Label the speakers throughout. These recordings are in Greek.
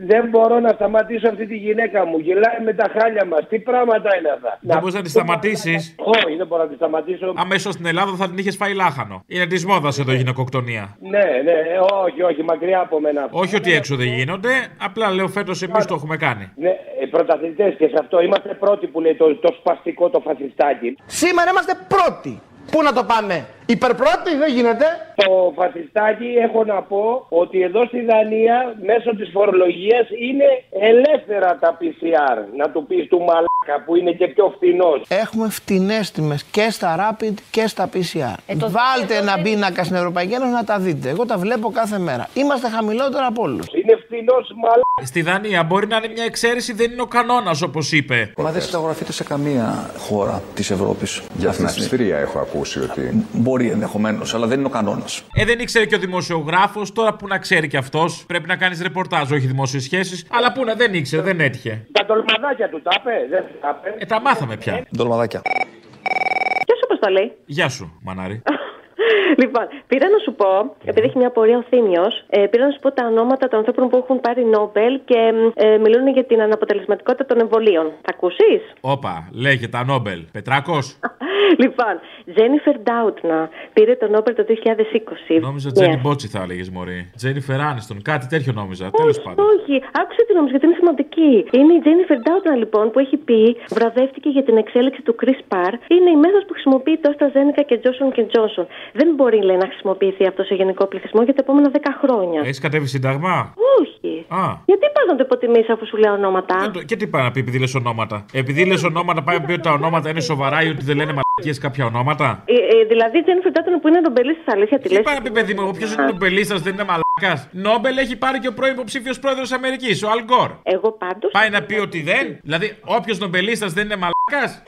Speaker 1: Δεν μπορώ να σταματήσω αυτή τη γυναίκα μου. Γελάει με τα χάλια μας. Τι πράγματα είναι αυτά.
Speaker 2: Δεν μπορείς να τη σταματήσεις.
Speaker 1: Όχι, δεν μπορώ να τη σταματήσω.
Speaker 2: Αμέσως στην Ελλάδα θα την είχες φάει λάχανο. Είναι τη μόδα εδώ η γυναικοκτονία.
Speaker 1: Ναι, ναι, ε, όχι, όχι, μακριά από μένα.
Speaker 2: Όχι ότι έξω δεν γίνονται, απλά λέω φέτος εμείς το έχουμε κάνει.
Speaker 1: Ναι, πρωταθλητές και σε αυτό είμαστε πρώτοι που λέει το, το σπαστικό το φασιστάκι.
Speaker 3: Σήμερα είμαστε πρώτοι. Πού να το πάμε, υπερπρώτη δεν γίνεται.
Speaker 1: Το φασιστάκι έχω να πω ότι εδώ στη Δανία μέσω της φορολογίας είναι ελεύθερα τα PCR. Να του πεις του μαλάκα που είναι και πιο φθηνός.
Speaker 3: Έχουμε φτηνές τιμές και στα Rapid και στα PCR. Βάλτε ένα πίνακα στην Ευρωπαϊκή Ένωση να τα δείτε. Εγώ τα βλέπω κάθε μέρα. Είμαστε χαμηλότερα από όλους.
Speaker 1: Είναι φθηνός μαλάκα.
Speaker 2: Στη Δανία μπορεί να είναι μια εξαίρεση, δεν είναι ο κανόνας όπως είπε.
Speaker 4: Μα δεν συνταγογραφείται σε καμία χώρα της Ευρώπης.
Speaker 5: Για την Αυστρία έχω ακούσει ότι.
Speaker 4: Ε, Μπορεί ενδεχομένως, αλλά δεν είναι ο κανόνας.
Speaker 2: Ε, δεν ήξερε και ο δημοσιογράφος, τώρα που να ξέρει κι αυτός. Πρέπει να κάνεις ρεπορτάζ, όχι δημόσιες σχέσεις. Αλλά πού να, δεν ήξερε, δεν έτυχε.
Speaker 1: Τα τολμαδάκια του τα είπε, δεν τα είπε.
Speaker 2: Ε, τα μάθαμε πια.
Speaker 4: Ντολμαδάκια.
Speaker 6: Ποιο όπω το λέει.
Speaker 2: Γεια σου, μανάρι.
Speaker 6: λοιπόν, πήρα να σου πω, επειδή έχει μια απορία ο Θήμιος, ε, πήρα να σου πω τα ονόματα των ανθρώπων που έχουν πάρει Νόμπελ και ε, μιλούν για την αναποτελεσματικότητα των εμβολίων. Θα ακούσεις.
Speaker 2: Όπα, λέγε τα Νόμπελ. Πετράκος.
Speaker 6: λοιπόν, Τζένιφερ Ντάουτνα πήρε τον Νόμπελ το 2020.
Speaker 2: Νόμιζα
Speaker 6: Ναι.
Speaker 2: Τζένι Μπότσι θα έλεγες Μωρή. Τζένιφερ Άνιστον, κάτι τέτοιο νόμιζα. Τέλος
Speaker 6: Όχι,
Speaker 2: πάντων.
Speaker 6: Ναι. όχι, άκουσε την νόμιζα γιατί είναι σημαντική. Είναι η Τζένιφερ Ντάουτνα λοιπόν που έχει πει, βραβεύτηκε για την εξέλιξη του Chris Parr. Είναι η μέθοδο που χρησιμοποιεί το AstraZeneca και Johnson Johnson. Δεν μπορεί λέει, να χρησιμοποιηθεί αυτό σε γενικό πληθυσμό για τα επόμενα 10 χρόνια.
Speaker 2: Έχεις κατέβει σύνταγμα.
Speaker 6: Όχι.
Speaker 2: Α.
Speaker 6: Γιατί πας να το υποτιμήσεις αφού σου λέω ονόματα.
Speaker 2: Δεν το- Και τι πάει να πει επειδή λες ονόματα. Επειδή λες ονόματα, πάει να πει ότι τα ονόματα είναι σοβαρά ή ότι δεν λένε μαλακίες κάποια ονόματα.
Speaker 6: Ε, ε, δηλαδή, η Τζένιφερ Ντάουτνα που είναι νομπελής τη αλήθεια τη
Speaker 2: Τι
Speaker 6: λες.
Speaker 2: πάει να πει, παιδί μου, ποιος είναι ο νομπελίστα, δεν είναι μαλακάς. Νόμπελ έχει πάρει και ο πρώην υποψήφιος πρόεδρος Αμερικής, ο Αλγκόρ.
Speaker 6: Εγώ πάντως.
Speaker 2: Πάει να πει ότι δεν. Δηλαδή, όποιος νομπελίστα δεν είναι μαλακάς.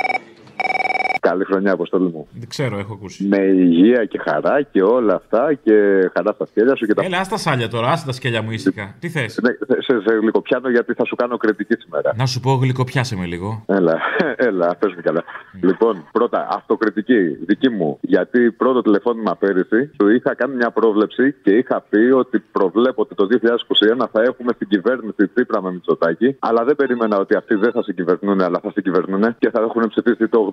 Speaker 5: Καλή χρονιά, Αποστόλη μου.
Speaker 2: Δεν ξέρω, έχω ακούσει.
Speaker 5: Με υγεία και χαρά και όλα αυτά και χαρά στα σκέλια σου και τα.
Speaker 2: Έλα, άστα σάλια τώρα, άστα τα σκέλια μου ήσυχα. Τι θες.
Speaker 5: Ναι, σε, σε, σε γλυκοπιάνω γιατί θα σου κάνω κριτική σήμερα.
Speaker 2: Να σου πω, γλυκοπιάσε με λίγο.
Speaker 5: Έλα, έλα, πες μου καλά.
Speaker 2: Ναι.
Speaker 5: Λοιπόν, πρώτα, αυτοκριτική δική μου. Γιατί πρώτο τηλεφώνημα πέρυσι σου είχα κάνει μια πρόβλεψη και είχα πει ότι προβλέπω ότι το 2021 θα έχουμε στην κυβέρνηση Τσίπρα με Μητσοτάκη. Αλλά δεν περίμενα ότι αυτοί δεν θα συγκυβερνούν, αλλά θα συγκυβερνούν και θα έχουν ψηφίσει το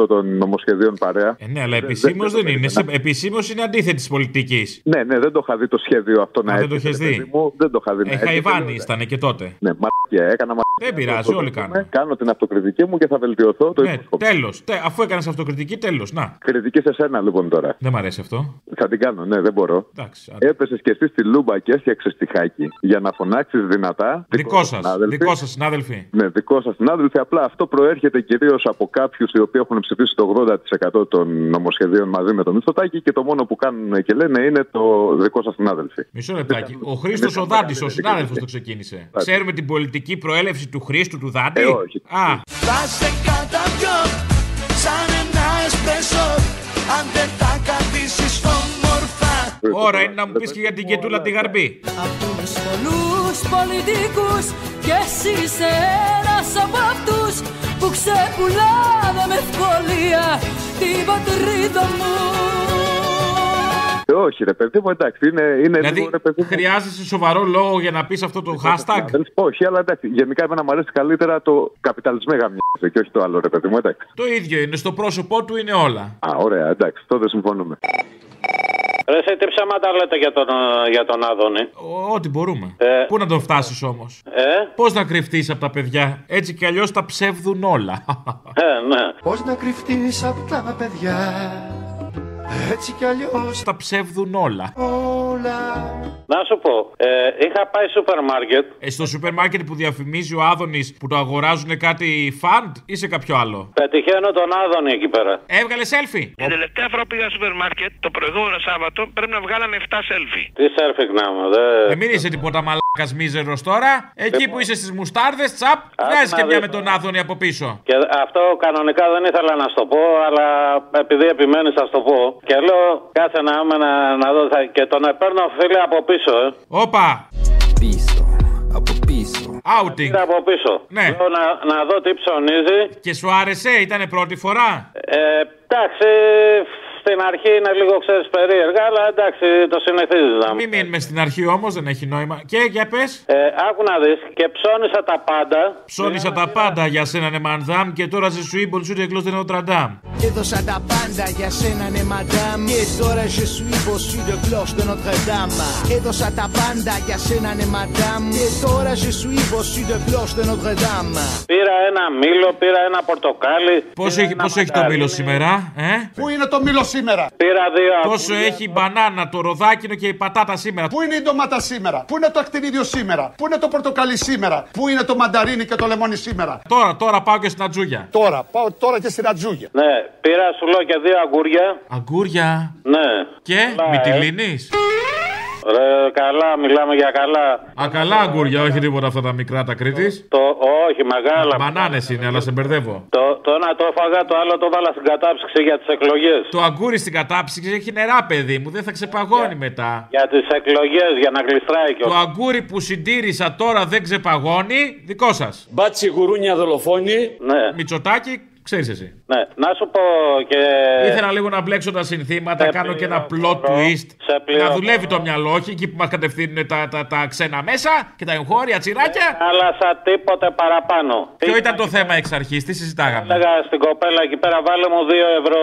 Speaker 5: 80% των νομοσχεδίων παρέα.
Speaker 2: Ε, ναι, αλλά
Speaker 5: Δεν-
Speaker 2: επισήμως
Speaker 5: το
Speaker 2: δεν είναι.
Speaker 5: περίμενα.
Speaker 2: Επισήμως είναι αντίθετης πολιτικής.
Speaker 5: Ναι, ναι, δεν το είχα δει το σχέδιο αυτό να
Speaker 2: Α, δεν το
Speaker 5: έρχεται,
Speaker 2: είχες
Speaker 5: παιδί
Speaker 2: δει.
Speaker 5: μου. Δεν το είχα δει. να
Speaker 2: Ε,
Speaker 5: έρχεται,
Speaker 2: Χαϊβάνι
Speaker 5: ναι.
Speaker 2: ήταν και τότε.
Speaker 5: Ναι, μαρκία, έκανα μαρκία.
Speaker 2: Δεν πειράζει, όλοι κάνουν.
Speaker 5: Κάνω την αυτοκριτική μου και θα βελτιωθώ. Το
Speaker 2: Ναι,
Speaker 5: υπόσχομαι.
Speaker 2: τέλο. Αφού έκανες αυτοκριτική, τέλος. Να.
Speaker 5: Κριτική σε σένα λοιπόν τώρα.
Speaker 2: Δεν μ' αρέσει αυτό.
Speaker 5: Θα την κάνω, ναι, δεν μπορώ.
Speaker 2: Εντάξει. άντε.
Speaker 5: Έπεσες και εσύ στη λούμπα και έφτιαξες τη χάκι για να φωνάξεις δυνατά.
Speaker 2: Δικό σας.
Speaker 5: συνάδελφοι.
Speaker 2: Δικό σας, συνάδελφοι.
Speaker 5: Ναι, δικό σας συνάδελφοι. Απλά αυτό προέρχεται κυρίως από κάποιους οι οποίοι έχουν ψηφίσει το 80% των νομοσχεδίων μαζί με τον Μητσοτάκη και το μόνο που κάνουν και λένε είναι το δικό σας συνάδελφοι.
Speaker 2: Μισό λεπτάκι. Ο Χρήστος ο Δάντης, ο συνάδελφος το ξεκίνησε. Ξέρουμε την πολιτική προέλευση του Χρήστου του Δάντη.
Speaker 5: Ε, όχι.
Speaker 2: Α,
Speaker 7: Θα σε καταπιώ σαν ένας εσπρέσο Αν δεν τα κρατήσεις όμορφα
Speaker 2: ώρα είναι να μου πεις και για την κετούλα τη γαρμπή.
Speaker 8: Ακούς πολλούς πολιτικούς και εσύ είσαι ένας από αυτούς που ξεπουλάνε με ευκολία την πατρίδα μου.
Speaker 5: Ε, όχι, ρε παιδί μου, εντάξει, είναι, είναι
Speaker 2: Δηλαδή,
Speaker 5: λίγο, ρε παιδί μου.
Speaker 2: χρειάζεσαι σοβαρό λόγο για να πεις αυτό το hashtag.
Speaker 5: συνάδελφοι. Όχι, αλλά εντάξει, γενικά εμένα μου αρέσει καλύτερα το καπιταλισμό γαμιάζει και όχι το άλλο, ρε παιδί μου, εντάξει.
Speaker 2: Το ίδιο είναι. Στο πρόσωπό του είναι όλα.
Speaker 5: Α, ωραία, εντάξει, τότε συμφωνούμε.
Speaker 9: Ρε σε τι ψέματα λέτε για τον, ε, για τον Άδωνη.
Speaker 2: Ο- Ό,τι μπορούμε.
Speaker 9: Ε.
Speaker 2: Πού να τον φτάσεις όμως.
Speaker 9: Ε,
Speaker 2: Πώς να κρυφτείς από τα παιδιά. Έτσι κι αλλιώς τα ψεύδουν όλα.
Speaker 9: ε, ναι.
Speaker 4: Πώς να κρυφτείς από τα παιδιά, έτσι κι αλλιώς
Speaker 2: τα ψεύδουν όλα.
Speaker 4: όλα.
Speaker 9: Να σου πω, ε, είχα πάει σούπερ μάρκετ.
Speaker 2: Ε, στο σούπερ μάρκετ που διαφημίζει ο Άδωνης που το αγοράζουν κάτι φαντ ή σε κάποιο άλλο.
Speaker 9: Πετυχαίνω τον Άδωνη εκεί πέρα.
Speaker 2: Έβγαλε selfie.
Speaker 10: Την τελευταία φορά που πήγα σούπερ μάρκετ, το προηγούμενο Σάββατο, πρέπει να βγάλαμε 7 selfie.
Speaker 9: Τι σέρφικ να είμαι, δε.
Speaker 2: Ε, μην είσαι τίποτα μαλάκας μίζερος τώρα. Εκεί που είσαι στις μουστάρδες, τσαπ,
Speaker 9: Άκου
Speaker 2: βγάζεις και
Speaker 9: να
Speaker 2: μια
Speaker 9: δεις.
Speaker 2: με τον Άδωνη από πίσω.
Speaker 9: Και αυτό κανονικά δεν ήθελα να σου το πω, αλλά επειδή επιμένεις θα σου το πω. Και λέω, κάτσε να είμαι να, να δω. θα- Και τον παίρνω φίλε από πίσω, ε.
Speaker 2: Όπα!
Speaker 4: Πίσω, από πίσω.
Speaker 2: Outing.
Speaker 9: Πήρα από πίσω.
Speaker 2: Ναι.
Speaker 9: Λέω να, να δω τι ψωνίζει.
Speaker 2: Και σου άρεσε, ήταν πρώτη φορά.
Speaker 9: Ε, εντάξει, στην αρχή είναι λίγο ξέρεις περίεργα, αλλά εντάξει, το συνηθίζεις να μου.
Speaker 2: Μην μείνουμε στην αρχή όμως, δεν έχει νόημα. Και για πες.
Speaker 9: Ε, άκου να δεις και ψώνισα τα πάντα.
Speaker 2: Ψώνισα τα πάντα για σένα, ναι, μανδάμ, και τώρα σε σου ήμπολ σου ρεγκλό δεν οτραντάμ.
Speaker 11: Έδωσα τα πάντα για σένα ναι μαντάμ Και τώρα je suis bossu de cloche de Notre Dame Έδωσα τα πάντα για σένα ναι μαντάμ Και τώρα je suis bossu de cloche de Notre Dame
Speaker 9: Πήρα ένα μήλο, πήρα ένα πορτοκάλι.
Speaker 2: Πόσο έχει, πόσο έχει το μήλο σήμερα, ε?
Speaker 9: Πού είναι το μήλο σήμερα? Πήρα δύο
Speaker 2: Πόσο έχει η μπανάνα, το ροδάκινο και η πατάτα σήμερα.
Speaker 12: Πού είναι η ντομάτα σήμερα, πού είναι το ακτινίδιο σήμερα, πού είναι το πορτοκαλί σήμερα, πού είναι το μανταρίνι και το λεμόνι σήμερα.
Speaker 2: Τώρα, τώρα πάω και στην ατζούγια.
Speaker 12: Τώρα, πάω τώρα και στην ατζούγια.
Speaker 9: Ναι, πήρα σου λέω και δύο αγκούρια.
Speaker 2: Αγκούρια.
Speaker 9: Ναι.
Speaker 2: Και
Speaker 9: Καλά,
Speaker 2: μυτιλίνης.
Speaker 9: Ρε, καλά, μιλάμε για καλά.
Speaker 2: Α, καλά αγκούρια, όχι τίποτα αυτά τα μικρά τα Κρήτης.
Speaker 9: Το, όχι, μεγάλα.
Speaker 2: Μπανάνες είναι, αλλά σε μπερδεύω.
Speaker 9: Το, το ένα το έφαγα, το άλλο το βάλα στην κατάψυξη για τις εκλογές.
Speaker 2: Το αγκούρι στην κατάψυξη έχει νερά, παιδί μου, δεν θα ξεπαγώνει μετά.
Speaker 9: Για τις εκλογές, για να γλιστράει και
Speaker 2: Το αγκούρι που συντήρησα τώρα δεν ξεπαγώνει, δικό σας.
Speaker 9: Μπάτσι γουρούνια δολοφόνη. Ναι.
Speaker 2: Μητσοτάκι, ξέρεις εσύ.
Speaker 9: ναι. Να σου πω και.
Speaker 2: Ήθελα λίγο να μπλέξω τα συνθήματα, κάνω και ένα plot twist.
Speaker 9: Σε
Speaker 2: Να
Speaker 9: πληρώνω.
Speaker 2: δουλεύει το μυαλό, όχι εκεί που μας κατευθύνουν τα, τα, τα ξένα μέσα και τα εγχώρια τσιράκια.
Speaker 9: Ναι, Αλλά σαν τίποτε παραπάνω. Ναι,
Speaker 2: Ποιο ήταν το θέμα εξ αρχής, τι συζητάγαμε.
Speaker 9: Έλεγα στην κοπέλα εκεί πέρα, βάλε μου 2 ευρώ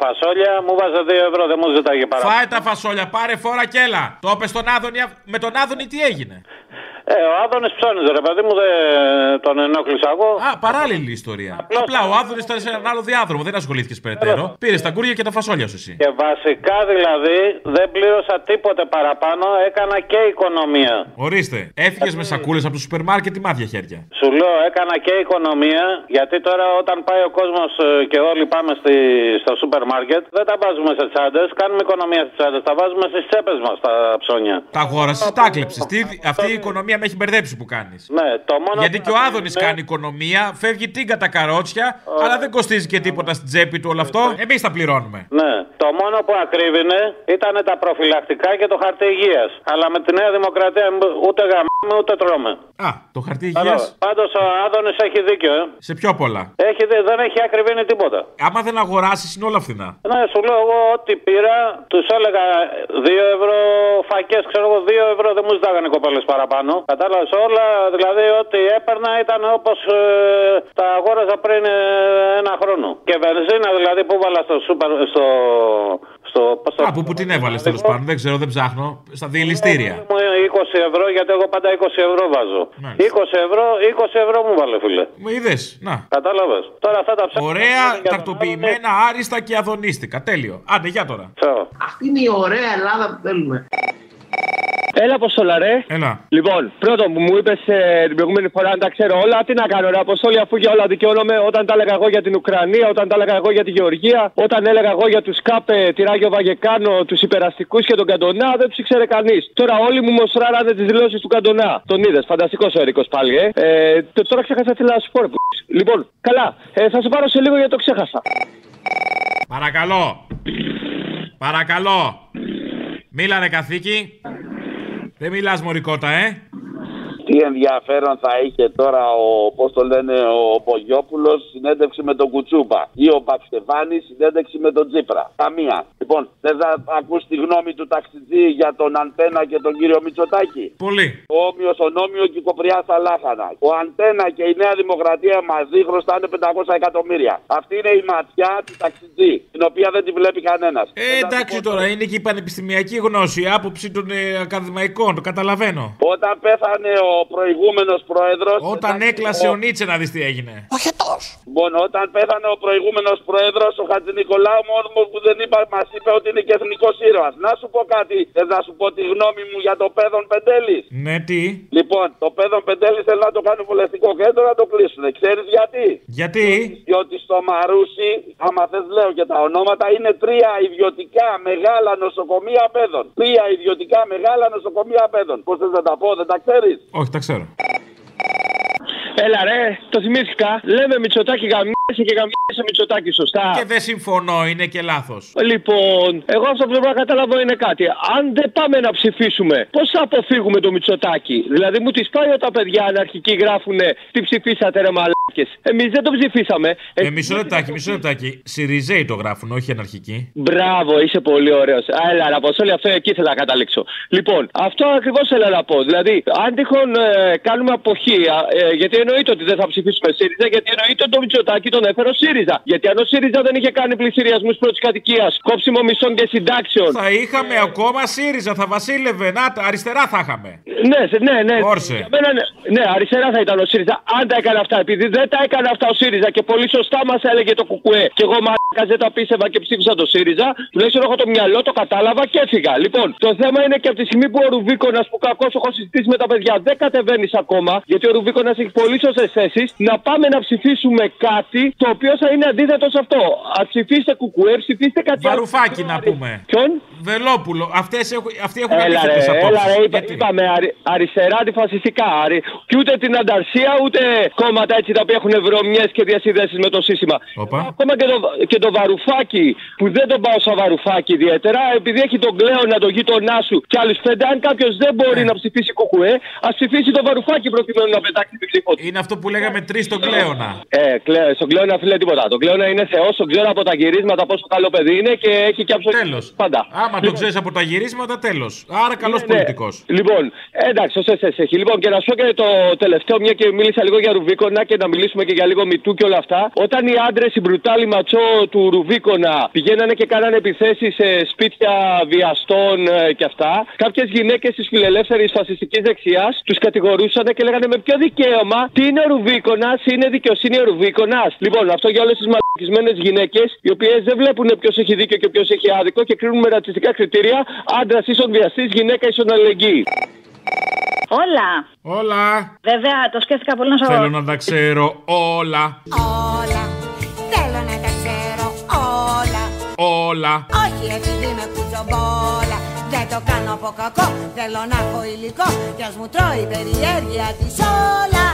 Speaker 9: φασόλια, μου βάζε 2 ευρώ, δεν μου ζητάγε παραπάνω.
Speaker 2: Φάε τα φασόλια, πάρε φόρα και έλα. Το είπες στον Άδωνη. αυ- Με τον Άδωνη τι έγινε.
Speaker 9: Ε, ο Άδωνης ψώνιζε, ρε παιδί μου, δεν τον ενόχλησα εγώ.
Speaker 2: Α, παράλληλη ιστορία.
Speaker 9: Ναι.
Speaker 2: Απλά ο Άδωνης ήταν σε έναν άλλο διάδρομο, δεν ασχολήθηκες περαιτέρω. Πήρες τα κούρια και τα φασόλια σου εσύ.
Speaker 9: Και βασικά δηλαδή δεν πλήρωσα τίποτε παραπάνω, έκανα και οικονομία.
Speaker 2: Ορίστε, έφυγες με σακούλες από το σούπερ μάρκετ ή μάτια χέρια.
Speaker 9: Σου λέω, έκανα και οικονομία, γιατί τώρα όταν πάει ο κόσμος και όλοι πάμε στη, στο σούπερ μάρκετ, δεν τα βάζουμε σε τσάντες, κάνουμε οικονομία στις τσάντες, τα βάζουμε στις τσέπες μας τα ψώνια.
Speaker 2: Τα αγόρασες, τα κλέψε. Αυτή η οικονομία με έχει μπερδέψει που κάνεις.
Speaker 9: Ναι, το μόνο.
Speaker 2: Γιατί και ο Άδωνη κάνει οικονομία, φεύγει τίγκα τα καρότσια, αλλά δεν κοστίζει και τίποτα στην τσέπη του όλο αυτό. Εμείς τα πληρώνουμε.
Speaker 9: Ναι, το μόνο που ακρίβηνε ήταν τα προφυλακτικά και το χαρτί υγείας. Αλλά με τη Νέα Δημοκρατία μ- ούτε γαμάμε ούτε τρώμε.
Speaker 2: Α, το χαρτί υγείας.
Speaker 9: Πάντως ο Άδωνη έχει δίκιο, ε.
Speaker 2: Σε πιο πολλά.
Speaker 9: Έχει, δι- δεν έχει ακριβήνει τίποτα.
Speaker 2: Άμα δεν αγοράσεις, είναι όλα φθηνά.
Speaker 9: Ναι, σου λέω εγώ ό,τι πήρα, τους έλεγα 2 ευρώ φακές, ξέρω εγώ, 2 ευρώ δεν μου ζητάγανε κοπέλες παραπάνω. Κατάλαβες όλα, δηλαδή ό,τι έπαιρνα ήταν όπως τα αγόραζα πριν ε, ένα χρόνο. Και βενζίνα δηλαδή που βάλα στο σούπερ, στο. στο πώς το-
Speaker 2: Α, που, που την έβαλες τέλος πάντων, δεν ξέρω, δεν ψάχνω. Στα διελιστήρια.
Speaker 9: μου 20 ευρώ, γιατί εγώ πάντα 20 ευρώ βάζω. 20 ευρώ, 20 ευρώ μου βάλε, φίλε.
Speaker 2: Με είδες, να.
Speaker 9: Κατάλαβες. Τώρα αυτά τα ψάχνω.
Speaker 2: Ωραία, τακτοποιημένα, άριστα και αδονίστηκα. Τέλειο. Άντε, για τώρα.
Speaker 13: Αυτή είναι η ωραία Ελλάδα που θέλουμε.
Speaker 14: Έλα, Αποστόλα, ρε.
Speaker 2: Έλα.
Speaker 14: Λοιπόν, πρώτον που μου είπες την προηγούμενη φορά να τα ξέρω όλα, τι να κάνω, ρε Αποστόλη, αφού για όλα δικαιώνομαι όταν τα έλεγα εγώ για την Ουκρανία, όταν τα έλεγα εγώ για τη Γεωργία, όταν έλεγα εγώ για τους ΚΑΠΕ, τη Ράγιο Βαγεκάνο, τους υπεραστικούς και τον Καντονά, δεν τους ήξερε κανείς. Τώρα όλοι μου μοσράρανε τις δηλώσεις του Καντονά. Τον είδες, φανταστικός ο Ερικός πάλι, ε. ε τε- τώρα ξέχασα τι να σου πω, ρε, π***. Λοιπόν, καλά, ε, θα σε πάρω σε λίγο γιατί το ξέχασα.
Speaker 2: Παρακαλώ. Παρακαλώ. Μίλα, ρε καθήκη. Δεν μιλά μωρικότα, ε.
Speaker 15: Τι ενδιαφέρον θα είχε τώρα ο, πώς το λένε, ο Πογιόπουλος συνέντευξη με τον Κουτσούμπα ή ο Μπαξεβάνη συνέντευξη με τον Τσίπρα. Καμία. Λοιπόν, θες να ακούς τη γνώμη του ταξιτζή για τον Αντένα και τον κύριο Μητσοτάκη.
Speaker 2: Πολύ.
Speaker 15: Ο Όμοιος, ο Νόμιος και η Κοπριά στα Λάχανα. Ο Αντένα και η Νέα Δημοκρατία μαζί χρωστάνε 500 εκατομμύρια. Αυτή είναι η ματιά του ταξιτζή, την οποία δεν τη βλέπει κανένας.
Speaker 2: Ε, εντάξει τώρα, είναι και η πανεπιστημιακή γνώση, η άποψη των ε, ακαδημαϊκών, το καταλαβαίνω.
Speaker 15: Όταν πέθανε ο προηγούμενος πρόεδρος...
Speaker 2: Όταν έκλασε ο Νίτσε να δεις τι έγινε.
Speaker 15: Λοιπόν, όταν πέθανε ο προηγούμενος πρόεδρος, ο Χατζη Νικολάου, μόνο που δεν είπα, μας είπε ότι είναι και εθνικός ήρωας. Να σου πω κάτι, θες να σου πω τη γνώμη μου για το παιδόν Πεντέλης.
Speaker 2: Ναι, τι.
Speaker 15: Λοιπόν, το παιδόν Πεντέλης θέλει να το κάνει βουλευτικό κέντρο να το κλείσουν. Ξέρεις γιατί.
Speaker 2: Γιατί.
Speaker 15: Διότι στο Μαρούσι, άμα θες λέω και τα ονόματα, είναι τρία ιδιωτικά μεγάλα νοσοκομεία παιδών. Τρία ιδιωτικά μεγάλα νοσοκομεία παιδών. Πώς θες να τα πω, δεν τα ξέρεις.
Speaker 2: Όχι, τα ξέρω.
Speaker 14: Έλα ρε, το θυμήθηκα. Λέμε Μητσοτάκη γαμ***, και γαμιέσαι Μητσοτάκης, σωστά.
Speaker 2: Και δεν συμφωνώ, είναι και λάθος.
Speaker 14: Λοιπόν, εγώ αυτό που πρέπει να καταλάβω είναι κάτι. Αν δεν πάμε να ψηφίσουμε, πώς θα αποφύγουμε το Μητσοτάκι. Δηλαδή, μου τη πάει όταν παιδιά αναρχικοί γράφουν τι ψηφίσατε, ρε μαλάκες. Εμείς δεν το ψηφίσαμε.
Speaker 2: Ε, μισό λεπτάκι, μισό λεπτάκι. Σιριζέοι το γράφουν, όχι αναρχικοί.
Speaker 14: Μπράβο, είσαι πολύ ωραίος. Έλα, να πω, σε όλη αυτό εκεί ήθελα να καταλήξω. Λοιπόν, αυτό ακριβώς θέλω να πω. Δηλαδή, αν τυχόν ε, κάνουμε αποχή, ε, ε, γιατί εννοείται ότι δεν θα ψηφίσουμε ΣΥΡΙΖΑ, γιατί εννοείται ότι το Μητσοτάκι τον έφερε ο ΣΥΡΙΖΑ. Γιατί αν ο ΣΥΡΙΖΑ δεν είχε κάνει πλησιριασμούς πρώτης κατοικίας, κόψιμο μισθών και συντάξεων.
Speaker 2: Θα είχαμε ακόμα ΣΥΡΙΖΑ, θα βασίλευε. Να, τα αριστερά θα είχαμε.
Speaker 14: Ναι, σε- ναι, ναι.
Speaker 2: Όρσε.
Speaker 14: Για μένα, ναι. ναι, αριστερά θα ήταν ο ΣΥΡΙΖΑ. Αν τα έκανε αυτά, επειδή δεν τα έκανε αυτά ο ΣΥΡΙΖΑ και πολύ σωστά μας έλεγε το κουκουέ. Και εγώ μαλάκα δεν τα πίστευα και ψήφισα το ΣΥΡΙΖΑ. Τουλάχιστον έχω το μυαλό, το κατάλαβα και έφυγα. Λοιπόν, το θέμα είναι και από τη στιγμή που ο Ρουβίκονας που κακώ έχω συζητήσει με τα παιδιά δεν κατεβαίνεις ακόμα, γιατί ο Ρουβίκονας έχει πολύ σωστές θέσεις, να πάμε να ψηφίσουμε κάτι το οποίο θα είναι αντίθετος σε αυτό. Α ψηφίσετε κουκουέ, ψηφίστε κάτι άλλο.
Speaker 2: Βαρουφάκι να πούμε.
Speaker 14: Ποιον?
Speaker 2: Βελόπουλο. Αυτές έχουν, αυτοί έχουν
Speaker 14: Έλα ρε,
Speaker 2: αντίθετες
Speaker 14: έλα
Speaker 2: απόψεις.
Speaker 14: ρε, είπα- είπαμε αρι, αριστερά αντιφασιστικά. Αρι, και ούτε την ανταρσία, ούτε κόμματα έτσι τα οποία έχουν βρωμιές και διασυνδέσει με το σύστημα. Ακόμα και το, και το βαρουφάκι, που δεν τον πάω σαν βαρουφάκι ιδιαίτερα, επειδή έχει τον κλέονα, τον γείτονά σου και άλλους πέντε, αν κάποιος δεν
Speaker 2: Ναι.
Speaker 14: μπορεί να ψηφίσει κουκουέ, ας ψηφίσει το βαρουφάκι προκειμένου να πετάξει την ψήφο του.
Speaker 2: Είναι αυτό που λέγαμε τρεις στον κλέονα.
Speaker 14: Ε, κλέ, στον κλέονα φίλε τίποτα. Τον κλέονα είναι θεό, τον ξέρω από τα γυρίσματα πόσο καλό παιδί είναι και έχει και
Speaker 2: Τέλος.
Speaker 14: πάντα.
Speaker 2: Άμα το ξέρεις από τα γυρίσματα, τέλος. Άρα καλός
Speaker 14: ναι.
Speaker 2: πολιτικός.
Speaker 14: Λοιπόν, εντάξει, ο ΣΕΣΕΣ έχει. Λοιπόν, και να σου πω και το τελευταίο, μια και μίλησα λίγο για Ρουβίκονα και να μιλήσουμε και για λίγο μητού και όλα αυτά. Όταν οι άντρες, οι μπρουτάλοι ματσό του Ρουβίκονα πηγαίνανε και κάνανε επιθέσεις σε σπίτια βιαστών ε, και αυτά, κάποιες γυναίκες της φιλελεύθερης φασιστικής δεξιάς τους κατηγορούσαν και λέγανε με ποιο δικαίωμα τι είναι ο Ρουβίκονας, είναι δικαιοσύνη ο Ρουβίκονας. Λοιπόν, αυτό για όλες τις μαλακισμένες γυναίκες, οι οποίες δεν βλέπουν ποιος έχει δίκιο και ποιος έχει άδικο και κρίνουν με ρατσιστικά κριτήρια άντρας ίσον βιαστής, γυναίκα ίσον αλληλεγγύη.
Speaker 16: Όλα.
Speaker 2: Όλα.
Speaker 16: Βέβαια, το σκέφτηκα πολύ να
Speaker 14: Ναι.
Speaker 16: σου
Speaker 2: Θέλω να τα ξέρω όλα.
Speaker 16: Όλα. Θέλω να τα ξέρω όλα.
Speaker 2: Όλα.
Speaker 16: Όχι επειδή είμαι κουτσομπόλα. Δεν το κάνω από κακό. Θέλω να έχω υλικό. Κι ας μου τρώει η περιέργεια της όλα.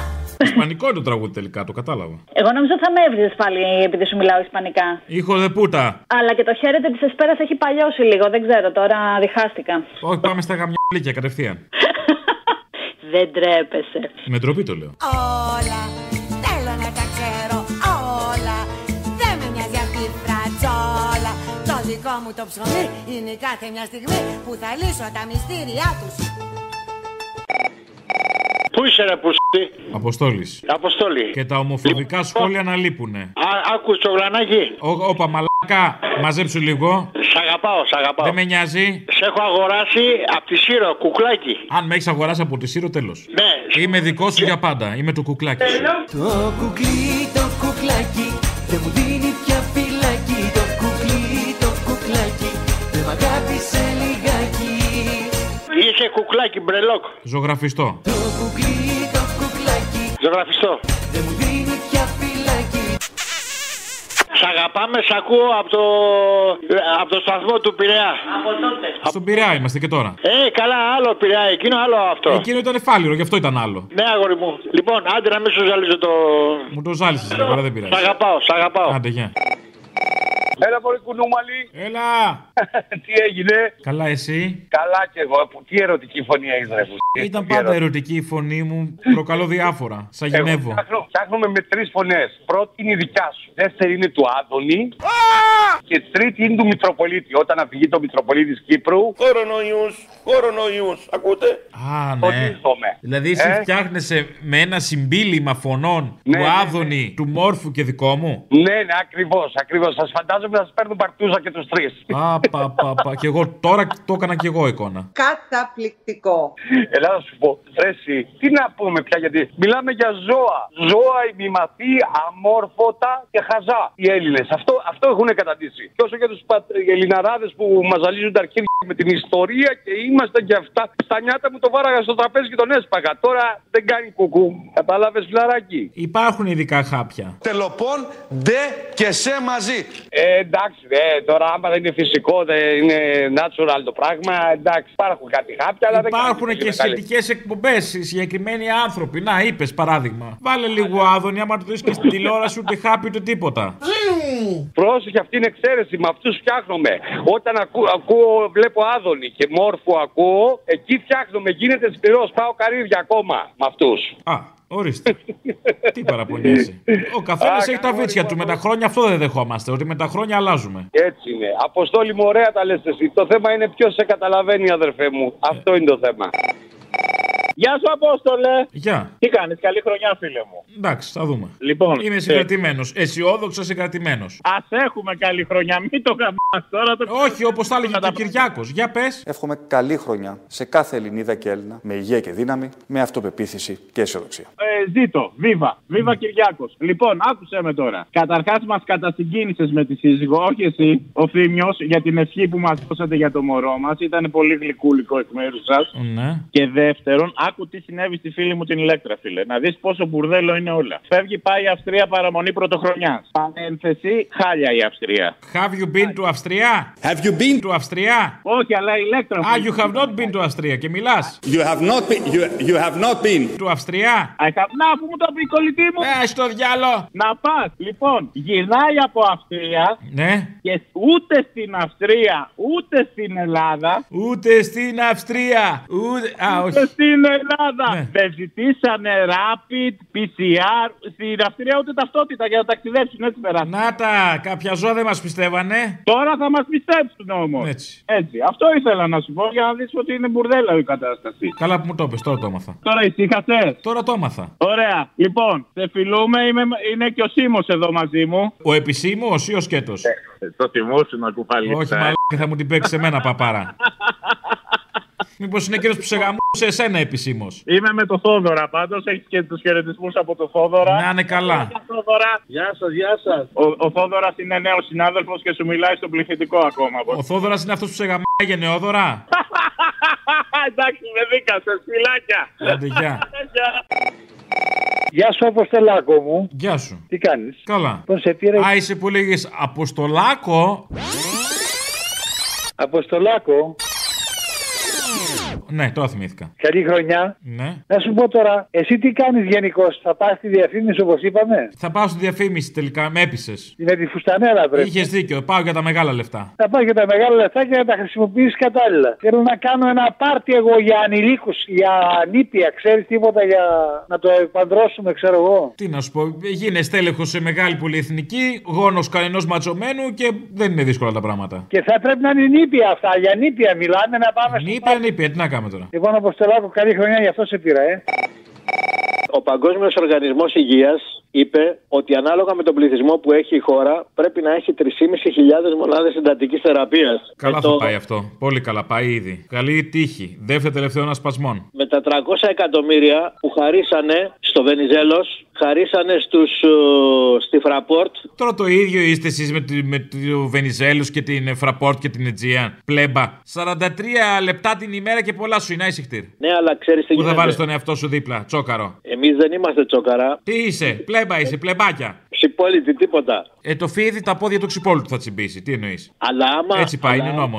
Speaker 2: Ισπανικό είναι το τραγούδι τελικά, το κατάλαβα.
Speaker 16: Εγώ νομίζω θα με έβριζες πάλι επειδή σου μιλάω Ισπανικά.
Speaker 2: Ήχο δε πούτα.
Speaker 16: Αλλά και το χαίρετε της Εσπέρας έχει παλιώσει λίγο. Δεν ξέρω τώρα, διχάστηκα.
Speaker 2: Όχι, πάμε στα γαμιαλίκια κατευθείαν.
Speaker 16: Δεν τρέπεσαι.
Speaker 2: Με ντροπή το λέω.
Speaker 16: Όλα, θέλω να τα ξέρω όλα Δεν με μοιάζει αυτή η φρατζόλα Το δικό μου το ψωμί είναι κάθε μια στιγμή Που θα λύσω τα μυστήριά τους
Speaker 17: Πού είσαι ρε πουσί,
Speaker 2: Αποστόλης.
Speaker 17: Αποστόλη. Λοιπόν,
Speaker 2: Και τα ομοφοβικά σχόλια να λείπουνε.
Speaker 17: Α, άκουσες το γλανάκι.
Speaker 2: Ο- Όπα, μαλακά, μαζέψου λίγο.
Speaker 17: Σ' αγαπάω, σ' αγαπάω.
Speaker 2: Δεν με νοιάζει.
Speaker 17: Σε έχω αγοράσει από τη Σύρο, κουκλάκι.
Speaker 2: Αν με έχεις αγοράσει από τη Σύρο, τέλος.
Speaker 17: Ναι. Ε.
Speaker 2: Είμαι δικός σου για πάντα. Είμαι το κουκλάκι. σου.
Speaker 8: Το κουκλί, το κουκλάκι, δεν μου δίνει πια φυλάκι. Το κουκλί, το κουκλάκι, δεν μ' αγάπησε λιγάκι.
Speaker 17: Είσαι κουκλάκι, μπρελόκ.
Speaker 2: Ζωγραφιστό.
Speaker 8: Κουκλί, το κουκλάκι,
Speaker 17: Ζωγραφιστό.
Speaker 8: δεν μου δίνει πια φυλάκι.
Speaker 17: Σ' αγαπάμε, σ' ακούω από το, από το σταθμό του Πειραιά. Από τότε.
Speaker 2: Στον Πειραιά είμαστε και τώρα.
Speaker 17: Ε, καλά, άλλο Πειραιά, εκείνο άλλο αυτό.
Speaker 2: Εκείνο ήταν φάληρο, γι' αυτό ήταν άλλο.
Speaker 17: Ναι, αγόρι μου. Λοιπόν, άντε να μην σου ζαλίζω το.
Speaker 2: Μου το ζάλισες λίγο, αλλά δεν πειράζει.
Speaker 17: Σ' αγαπάω, σ' αγαπάω.
Speaker 2: Άντε, γεια.
Speaker 18: Έλα, πολύ κουνούμαλι.
Speaker 2: Έλα.
Speaker 18: τι έγινε.
Speaker 2: Καλά, εσύ.
Speaker 18: Καλά κι εγώ. Που- Τι ερωτική φωνή έχεις ρε
Speaker 1: Ε,
Speaker 18: που-
Speaker 2: Ήταν
Speaker 18: τι
Speaker 2: πάντα
Speaker 18: ερωτική.
Speaker 2: ερωτική η φωνή μου. Προκαλώ διάφορα. Σαν
Speaker 18: Εγώ
Speaker 2: Γενέβο.
Speaker 18: Ψάχνω, ψάχνουμε με τρεις φωνές. Πρώτη είναι η δικιά σου. Δεύτερη είναι του Άδωνη. Και τρίτη είναι του Μητροπολίτη. Όταν αφηγεί το Μητροπολίτη Κύπρου. Κορονοϊούς, κορονοϊούς. Ακούτε.
Speaker 2: Α, ναι. Δηλαδή, εσύ
Speaker 18: Ε.
Speaker 2: φτιάχνεσαι με ένα συμπίλημα φωνών του Άδωνη, του Μόρφου και δικό μου.
Speaker 18: Ναι, ναι, ακριβώς. Ακριβώς. Σας φαντάζομαι να σας παίρνουν παρτούζα και τους τρεις.
Speaker 2: Α, πα, πα, πα. Και εγώ τώρα το έκανα και εγώ εικόνα.
Speaker 18: Καταπληκτικό. Ελά, να σου πω, Ρέση, τι να πούμε πια, γιατί μιλάμε για ζώα. Ζώα ημιμαθή, αμόρφωτα και χαζά οι Έλληνες. Αυτό, αυτό έχουν
Speaker 1: καταντήσει. Και όσο για τους Ελληναράδες που μαζαλίζουν τα αρχίδια με την ιστορία και ήμασταν και αυτά. Στα νιάτα μου το βάραγα στο τραπέζι και τον έσπαγα. Τώρα δεν κάνει κουκού. Κατάλαβες φιλαράκι.
Speaker 2: Υπάρχουν ειδικά χάπια.
Speaker 1: Τελοπών, ντε και σε μαζί. Ε, εντάξει, ε, τώρα άμα δεν είναι φυσικό, δεν είναι natural το πράγμα, εντάξει, υπάρχουν κάτι χάπια, αλλά δεν
Speaker 2: Υπάρχουν
Speaker 1: κάνουν
Speaker 2: και σχετικές εκπομπές, συγκεκριμένοι άνθρωποι. Να, είπες παράδειγμα. Βάλε λίγο άδωνη, άμα το δεις και στην τηλεόραση ούτε χάπι ούτε τίποτα.
Speaker 1: Πρόσεχε, αυτή είναι εξαίρεση. Με αυτούς φτιάχνομαι. Όταν ακού- ακούω, βλέπω άδωνη και μόρφου ακούω, εκεί φτιάχνομαι. Γίνεται σκληρός. Πάω καρύδια ακόμα με αυτούς.
Speaker 2: Α, ορίστε. Τι παραπονιέσαι. Ο καθένας έχει τα βίτσια του. Με τα χρόνια αυτό δεν δεχόμαστε. Ότι με τα χρόνια αλλάζουμε.
Speaker 1: Έτσι είναι. Αποστόλη μου, ωραία τα λες εσύ. Το θέμα είναι ποιος σε καταλαβαίνει, αδερφέ μου. Αυτό είναι το θέμα.
Speaker 15: Γεια σου, Απόστολε!
Speaker 2: Γεια.
Speaker 15: Τι κάνεις, καλή χρονιά, φίλε μου.
Speaker 2: Εντάξει, θα δούμε.
Speaker 15: Λοιπόν,
Speaker 2: Είμαι
Speaker 15: ε,
Speaker 2: συγκρατημένος. Αισιόδοξα συγκρατημένος.
Speaker 15: Ας έχουμε καλή χρονιά, μην το γαμπάς τώρα. Το...
Speaker 2: Όχι, όπως θα έλεγε και ο Κυριάκος. Για πες.
Speaker 19: Εύχομαι καλή χρονιά σε κάθε Ελληνίδα και Έλληνα με υγεία και δύναμη, με αυτοπεποίθηση και αισιοδοξία.
Speaker 15: Ε, ζήτω, βίβα, βίβα Κυριάκος. Λοιπόν, άκουσε με τώρα. Καταρχάς, μας κατασυγκίνησες με τη σύζυγο, όχι εσύ, ο Θήμιος, για την ευχή που μας δώσατε για το μωρό μας. Ήταν πολύ γλυκούλικο εκ μέρους σας.
Speaker 2: Ναι.
Speaker 15: Και δεύτερον, άκου τι συνέβη στη φίλη μου την Ηλέκτρα, φίλε. Να δεις πόσο μπουρδέλο είναι όλα. Φεύγει, πάει η Αυστρία παραμονή πρωτοχρονιάς. Πανένθεση, χάλια η Αυστρία.
Speaker 2: Have you been to Αυστρία? Have you been to Αυστρία?
Speaker 15: Όχι, αλλά ηλέκτρο.
Speaker 2: Ah, you have not been to Αυστρία και μιλάς.
Speaker 20: You have not been. You, you have not been.
Speaker 2: Του Αυστρία.
Speaker 15: Να, που μου το πει η κολλητή μου.
Speaker 2: Ε, στο διάλο.
Speaker 15: Να πας. Λοιπόν, γυρνάει από Αυστρία
Speaker 2: Ναι.
Speaker 15: και ούτε στην Αυστρία, ούτε στην Ελλάδα.
Speaker 2: Ούτε στην Αυστρία. Ούτε, α, Ναι.
Speaker 15: ούτε στην Ελλάδα. Δεν ζητήσανε rapid, PCR. Στην Αυστρία ούτε ταυτότητα για να ταξιδέψουν. Έτσι περάσαν.
Speaker 2: Να τα, κάποια ζώα δεν μας πιστεύανε.
Speaker 15: Τώρα θα μας πιστέψουν όμως.
Speaker 2: Έτσι.
Speaker 15: Έτσι. Αυτό ήθελα να σου πω για να δεις ότι είναι μπουρδέλα η κατάσταση.
Speaker 2: Καλά που μου το είπες, τώρα το έμαθα.
Speaker 15: Τώρα ησύχασε.
Speaker 2: Τώρα το έμαθα.
Speaker 15: Ωραία. Λοιπόν, σε φιλούμε. Είμαι, είναι και ο Σίμω εδώ μαζί μου.
Speaker 2: Ο επισήμο ή ο σκέτος.
Speaker 9: Το θυμόσου να κουπάλει.
Speaker 2: Όχι, μαλάκα, θα μου την παίξεις εμένα, παπάρα. Μήπως είναι κύριος που σε γαμούσε εσένα επισήμως.
Speaker 15: Είμαι με το Θόδωρα πάντως. Έχεις και τους χαιρετισμούς από το Θόδωρα.
Speaker 2: Να είναι καλά.
Speaker 15: Γεια σας, γεια σας. Ο, ο Θόδωρας είναι νέος συνάδελφος και σου μιλάει στον πληθυντικό ακόμα.
Speaker 2: Ο Θόδωρας είναι αυτός που σε γαμάει γενναιόδωρα.
Speaker 15: Εντάξει, με δίκασες, φυλάκια.
Speaker 2: Άντε, γεια.
Speaker 4: Γεια σου, Αποστολάκο μου.
Speaker 2: Γεια σου.
Speaker 4: Τι κάνεις.
Speaker 2: Καλά.
Speaker 4: Πώς Λοιπόν, σε πήρα.
Speaker 2: Α, είσαι που λέγε Αποστολάκο.
Speaker 4: Αποστολάκο.
Speaker 2: Ναι, τώρα θυμήθηκα.
Speaker 4: Καλή χρονιά.
Speaker 2: Ναι.
Speaker 4: Να σου πω τώρα, εσύ τι κάνεις γενικώς. Θα πας στη διαφήμιση όπως είπαμε.
Speaker 2: Θα πάω στη διαφήμιση τελικά, με έπεισες.
Speaker 4: Με τη φουστανέρα πρέπει.
Speaker 2: Είχες δίκιο, πάω για τα μεγάλα λεφτά.
Speaker 4: Θα πάω για τα μεγάλα λεφτά και να τα χρησιμοποιήσεις κατάλληλα. Θέλω να κάνω ένα πάρτι εγώ για ανηλίκους, για ανήπια. Ξέρεις τίποτα για να το επαντρώσουμε, ξέρω εγώ.
Speaker 2: Τι να σου πω, γίνε στέλεχος σε μεγάλη πολυεθνική, γόνος κανενός ματσωμένου και δεν είναι δύσκολα τα
Speaker 21: Ε,
Speaker 2: πράγματα.
Speaker 4: Και θα πρέπει να είναι νήπια αυτά. Για νήπια μιλάμε να πάμε στο.
Speaker 2: Νήπια, νήπια, τι να κάνουμε τώρα.
Speaker 4: Λοιπόν, Αποστολάκο, καλή χρονιά, γι' αυτό σε πήρα, ε.
Speaker 21: Ο Παγκόσμιος Οργανισμός Υγείας είπε ότι ανάλογα με τον πληθυσμό που έχει η χώρα πρέπει να έχει 3.500 μονάδε συντατική θεραπείας.
Speaker 2: Καλά θα πάει αυτό. Πολύ καλά πάει ήδη. Καλή τύχη. Δεύτερο τελευταίο ένα σπασμών.
Speaker 21: Με τα 300 εκατομμύρια που χαρίσανε στο Βενιζέλος, χαρίσανε στους, ε, στη Φραπόρτ.
Speaker 2: Τώρα το ίδιο είστε εσείς με, τη- με το Βενιζέλος και την ε, Φραπόρτ και την Αιτζία. Πλέμπα. 43 λεπτά την ημέρα και πολλά σου είναι ησυχτήρ.
Speaker 21: Ναι, αλλά ξέρεις τι
Speaker 2: Πού θα
Speaker 21: γίνεται.
Speaker 2: βάλεις τον εαυτό σου δίπλα, τσόκαρο.
Speaker 21: Εμείς δεν είμαστε τσόκαρα.
Speaker 2: Τι είσαι, πλέμπα είσαι, πλεμπάκια.
Speaker 21: Ξυπόλυτη, τίποτα.
Speaker 2: Ε, το φίδι τα πόδια του ξυπόλου θα τσιμπήσει. Τι εννοείς.
Speaker 21: Αλλά άμα.
Speaker 2: Έτσι πάει,
Speaker 21: αλλά-
Speaker 2: είναι νόμο.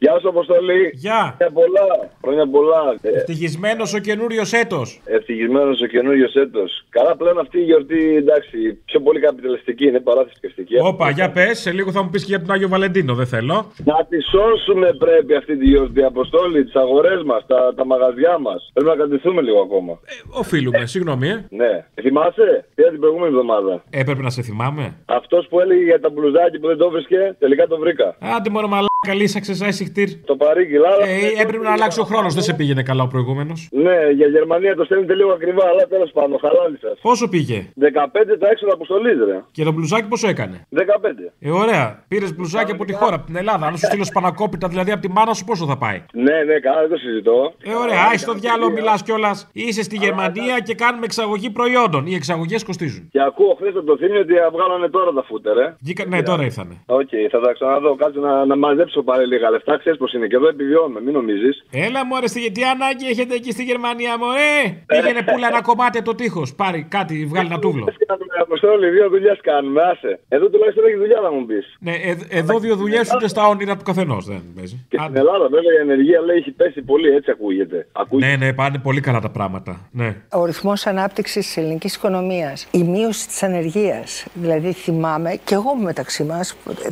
Speaker 22: Γεια σου, Αποστολή.
Speaker 2: Γεια.
Speaker 22: Χρόνια πολλά. Χρόνια πολλά. Ε,
Speaker 2: Ευτυχισμένος ο καινούριος έτος.
Speaker 22: Ευτυχισμένος ο καινούριος έτος. Καλά, πλέον αυτή η γιορτή εντάξει, πιο πολύ καπιταλιστική είναι παρά θρησκευτική.
Speaker 2: Όπα, για πες, σε λίγο θα μου πεις και για τον Άγιο Βαλεντίνο, δεν θέλω.
Speaker 22: Να τη σώσουμε πρέπει αυτή τη γιορτή, Αποστόλη, τις αγορές μας, τα, τα μαγαζιά μας. Πρέπει να κρατηθούμε λίγο ακόμα.
Speaker 2: Οφείλουμε, συγγνώμη, ε.
Speaker 22: Ναι. Θυμάσαι, πήρα την προηγούμενη εβδομάδα.
Speaker 2: Έπρεπε να σε θυμάμαι.
Speaker 22: Αυτός που έλεγε για τα μπλουζάκι που δεν το βρίσκε, τελικά το βρήκα.
Speaker 2: Άντε μόνο μαλάκα καλή success αιχτήρ.
Speaker 22: Το παρήγγυλα, αλλά.
Speaker 2: Ε, έπρεπε να αλλάξει ο χρόνος. Δεν σε πήγαινε καλά ο προηγούμενος.
Speaker 22: Ναι, για Γερμανία το στέλνετε λίγο ακριβά, αλλά τέλος πάντων, χαλάλι σας.
Speaker 2: Πόσο πήγε
Speaker 22: 15 τα έξοδα αποστολής, ρε.
Speaker 2: και το μπλουζάκι πόσο έκανε.
Speaker 22: 15.
Speaker 2: Ε, ωραία. Πήρες μπλουζάκι από τη χώρα, από την Ελλάδα. Αν σου στείλω σπανακόπιτα, δηλαδή από τη μάνα σου, πόσο θα πάει.
Speaker 22: Ναι, ναι, καλά, δεν το συζητώ.
Speaker 2: Ε, ωραία, άι στο διάλογο
Speaker 22: ε,
Speaker 2: μιλάς κιόλας. Είσαι στη Γερμανία και κάνουμε εξαγωγή προϊόντων. Οι εξαγωγές κοστίζουν.
Speaker 22: Και ακούω χθες από το θύμιο ότι βγάλανε τώρα τα φούτερ, ε.
Speaker 2: Βγήκα- Ναι, τώρα ήρθανε.
Speaker 22: Οκ, θα τα ξαναδώ. Κάτσε να, να μαζέψω πάλι λίγα λεφτά. Ξέρεις πώς είναι και εδώ επιβιώνουμε, μην νομίζεις.
Speaker 2: Έλα μου, αρεστή, γιατί ανάγκη έχετε εκεί στη Γερμανία, μωρέ!
Speaker 22: Ε,
Speaker 2: Πήγαινε πουλα ένα κομμάτι το τείχος. Πάρει κάτι, βγάλει ένα τούβλο.
Speaker 22: Αποστόλη, δύο δουλειές κάνουμε, άσε. Εδώ τουλάχιστον έχει δουλειά να μου πεις.
Speaker 2: Ναι, ε- εδώ δύο δουλειές ούτε στα όνειρα του καθενός δεν παίζει.
Speaker 22: Και στην Ελλάδα, βέβαια, η ενεργεία λέει έχει πέσει πολύ, έτσι ακούγεται. Ακούγεται.
Speaker 2: Ναι, ναι, πάνε πολύ καλά τα πράγματα.
Speaker 22: Ε,
Speaker 2: Ναι.
Speaker 23: Ο ρυθμός ανάπτυξης της ελληνικής οικονομίας, η μείωση της ανεργίας. Δηλαδή, θυμάμαι και εγώ μεταξύ μας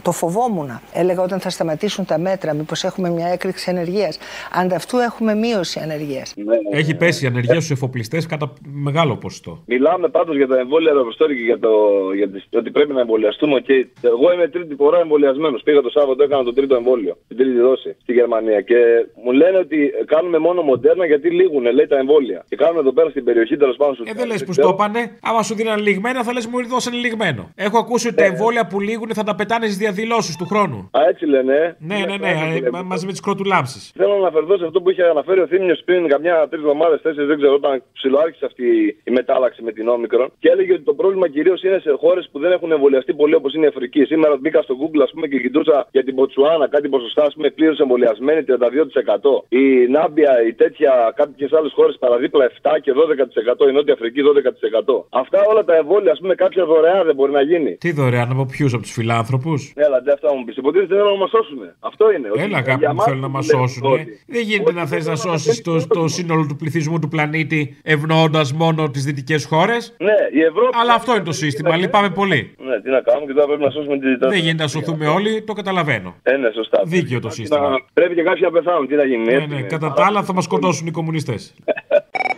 Speaker 23: το φοβόμουν. Έλεγα όταν θα σταματήσουν τα μέτρα, μήπως έχουμε μια έκρηξη ανεργίας. Ανταυτού έχουμε μείωση ανεργίας.
Speaker 22: ε,
Speaker 2: Έχει πέσει η ανεργία στους εφοπλιστές κατά μεγάλο ποσοστό.
Speaker 22: Μιλάμε πάντως για τα εμβόλια ρε Αποστόλη, και για, το, για τις, ότι πρέπει να εμβολιαστούμε. Και εγώ είμαι τρίτη φορά εμβολιασμένος. Πήγα το Σάββατο, έκανα το τρίτο εμβόλιο, την τρίτη δόση στη Γερμανία. Και μου λένε ότι κάνουμε μόνο μοντέρνα γιατί λήγουν, λέει τα εμβόλια. Και κάνουμε εδώ πέρα στην περιοχή τέλος πάντων.
Speaker 2: Ε, δεν λες που στο είπανε. Άμα σου δίνανε λιγμένα, θα λες μου δώσανε λιγμένο. Έχω ακούσει ότι τα εμβόλια που λήγουν θα τα πετάνε στις διαδηλώσεις του χρόνου.
Speaker 22: Ε. Α, έτσι λένε. ε.
Speaker 2: Ναι, ναι, ναι, ε, μα- μαζί με τις κροτουλάμψεις.
Speaker 22: Θέλω να αναφερθώ σε αυτό που είχε αναφέρει ο Θήμιος πριν καμιά τρεις εβδομάδες, τέσσερις, δεν ξέρω, όταν ψηλοάρχισε αυτή η μετάλλαξη με την όμικρον. Και έλεγε ότι το πρόβλημα κυρίως είναι σε χώρες που δεν έχουν εμβολιαστεί πολύ, όπως είναι η Αφρική. Σήμερα μπήκα στο Google, ας πούμε, και κοιτούσα για την Ποτσουάνα κάτι ποσοστά, ας πούμε, πλήρως εμβολιασμένη 32%. Η Νάμπια, η τέτοια, κάποιες άλλες χώρες παραδίπλα 7 και 12%. Η Νότια Αφρική 12%. Αυτά όλα τα εμβόλια, ας πούμε, κάποια δωρεά δεν μπορεί να γίνει.
Speaker 2: Τι δωρεάν από ποιους, από τους φιλάνθρωπους.
Speaker 22: Έλα, ντε, αυτά μου πεις. Υποτίθεται θέλουν να μας σώσουν. Αυτό είναι. ότι
Speaker 2: Έλα,
Speaker 22: ε, για
Speaker 2: κάπου που
Speaker 22: μας
Speaker 2: θέλουν να μας
Speaker 22: τους λένε
Speaker 2: σώσουν.
Speaker 22: ότι-
Speaker 2: Δεν γίνεται να θες να σώσει το, το σύνολο του πληθυσμού του πλανήτη ευνοώντας μόνο τις δυτικές χώρες.
Speaker 22: Ναι, η Ευρώπη.
Speaker 2: Αλλά αυτό είναι το σύστημα. Λυπάμαι πολύ.
Speaker 22: Ναι, τι να κάνουμε και τώρα πρέπει να σώσουμε τη
Speaker 2: Δεν γίνεται να σωθούμε όλοι, το καταλαβαίνω.
Speaker 22: Ε, ναι, σωστά.
Speaker 2: Δίκαιο το σύστημα.
Speaker 22: Πρέπει και κάποιοι να πεθάνουν. Τι να γίνει.
Speaker 2: Ναι, ναι, κατά τα άλλα θα μας σκοτώσουν οι κομμουνιστές.
Speaker 22: Ναι.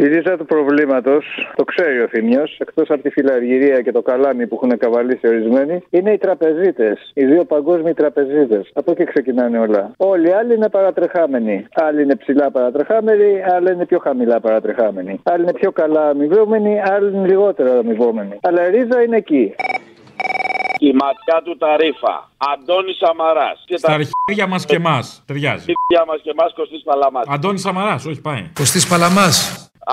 Speaker 1: Η ρίζα του προβλήματος, το ξέρει ο Θημιό, εκτός από τη φιλαργυρία και το καλάμι που έχουν καβαλήσει ορισμένοι, είναι οι τραπεζίτες. Οι δύο παγκόσμιοι τραπεζίτες. Από εκεί ξεκινάνε όλα. Όλοι οι άλλοι είναι παρατρεχάμενοι. Άλλοι είναι ψηλά παρατρεχάμενοι, άλλοι είναι πιο χαμηλά παρατρεχάμενοι. Άλλοι είναι πιο καλά αμοιβόμενοι, άλλοι είναι λιγότερο αμοιβόμενοι. Αλλά η ρίζα είναι εκεί.
Speaker 15: Η ματιά του τα ρήφα. Αντώνη Σαμαράς. Και
Speaker 2: Στα αρχίδια μας και εμάς. Ταιριάζει.
Speaker 15: αρχίδια μας και εμάς Κωστής Παλαμάτη.
Speaker 2: Αντώνη Σαμαράς, όχι πάει. Κωστής Παλαμάς.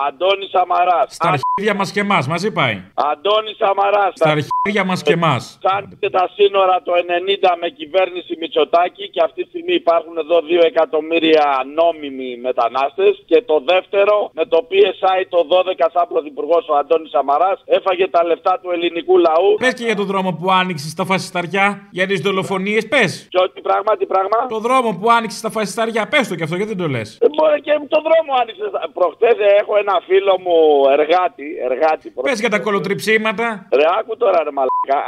Speaker 15: Αντώνη Σαμαράς.
Speaker 2: Στα αρχίδια μας και εμάς, μαζί πάει.
Speaker 15: Αντώνη Σαμαράς.
Speaker 2: Στα αρχίδια μας και εμάς.
Speaker 15: Κάνετε τα σύνορα το 90 με κυβέρνηση Μητσοτάκη και αυτή τη στιγμή υπάρχουν εδώ 2 εκατομμύρια νόμιμοι μετανάστες και το δεύτερο με το PSI το 12 σαν πρωθυπουργός ο Αντώνης Σαμαράς έφαγε τα λεφτά του ελληνικού λαού
Speaker 2: Πες και για τον δρόμο που άνοιξε στα φασισταριά για τις δολοφονίες, πες.
Speaker 15: Και ό,τι πράγμα, τι πράγμα.
Speaker 2: Το δρόμο που άνοιξε στα φασισταριά, πες το και αυτό, γιατί δεν το λες.
Speaker 15: Δεν μπορεί και με τον δρόμο άνοιξε. Προχτές ε, έχω ένα φίλο μου εργάτη. εργάτη
Speaker 2: Πες για τα κολοτριψίματα.
Speaker 15: Ρε άκου τώρα ρε μαλακά.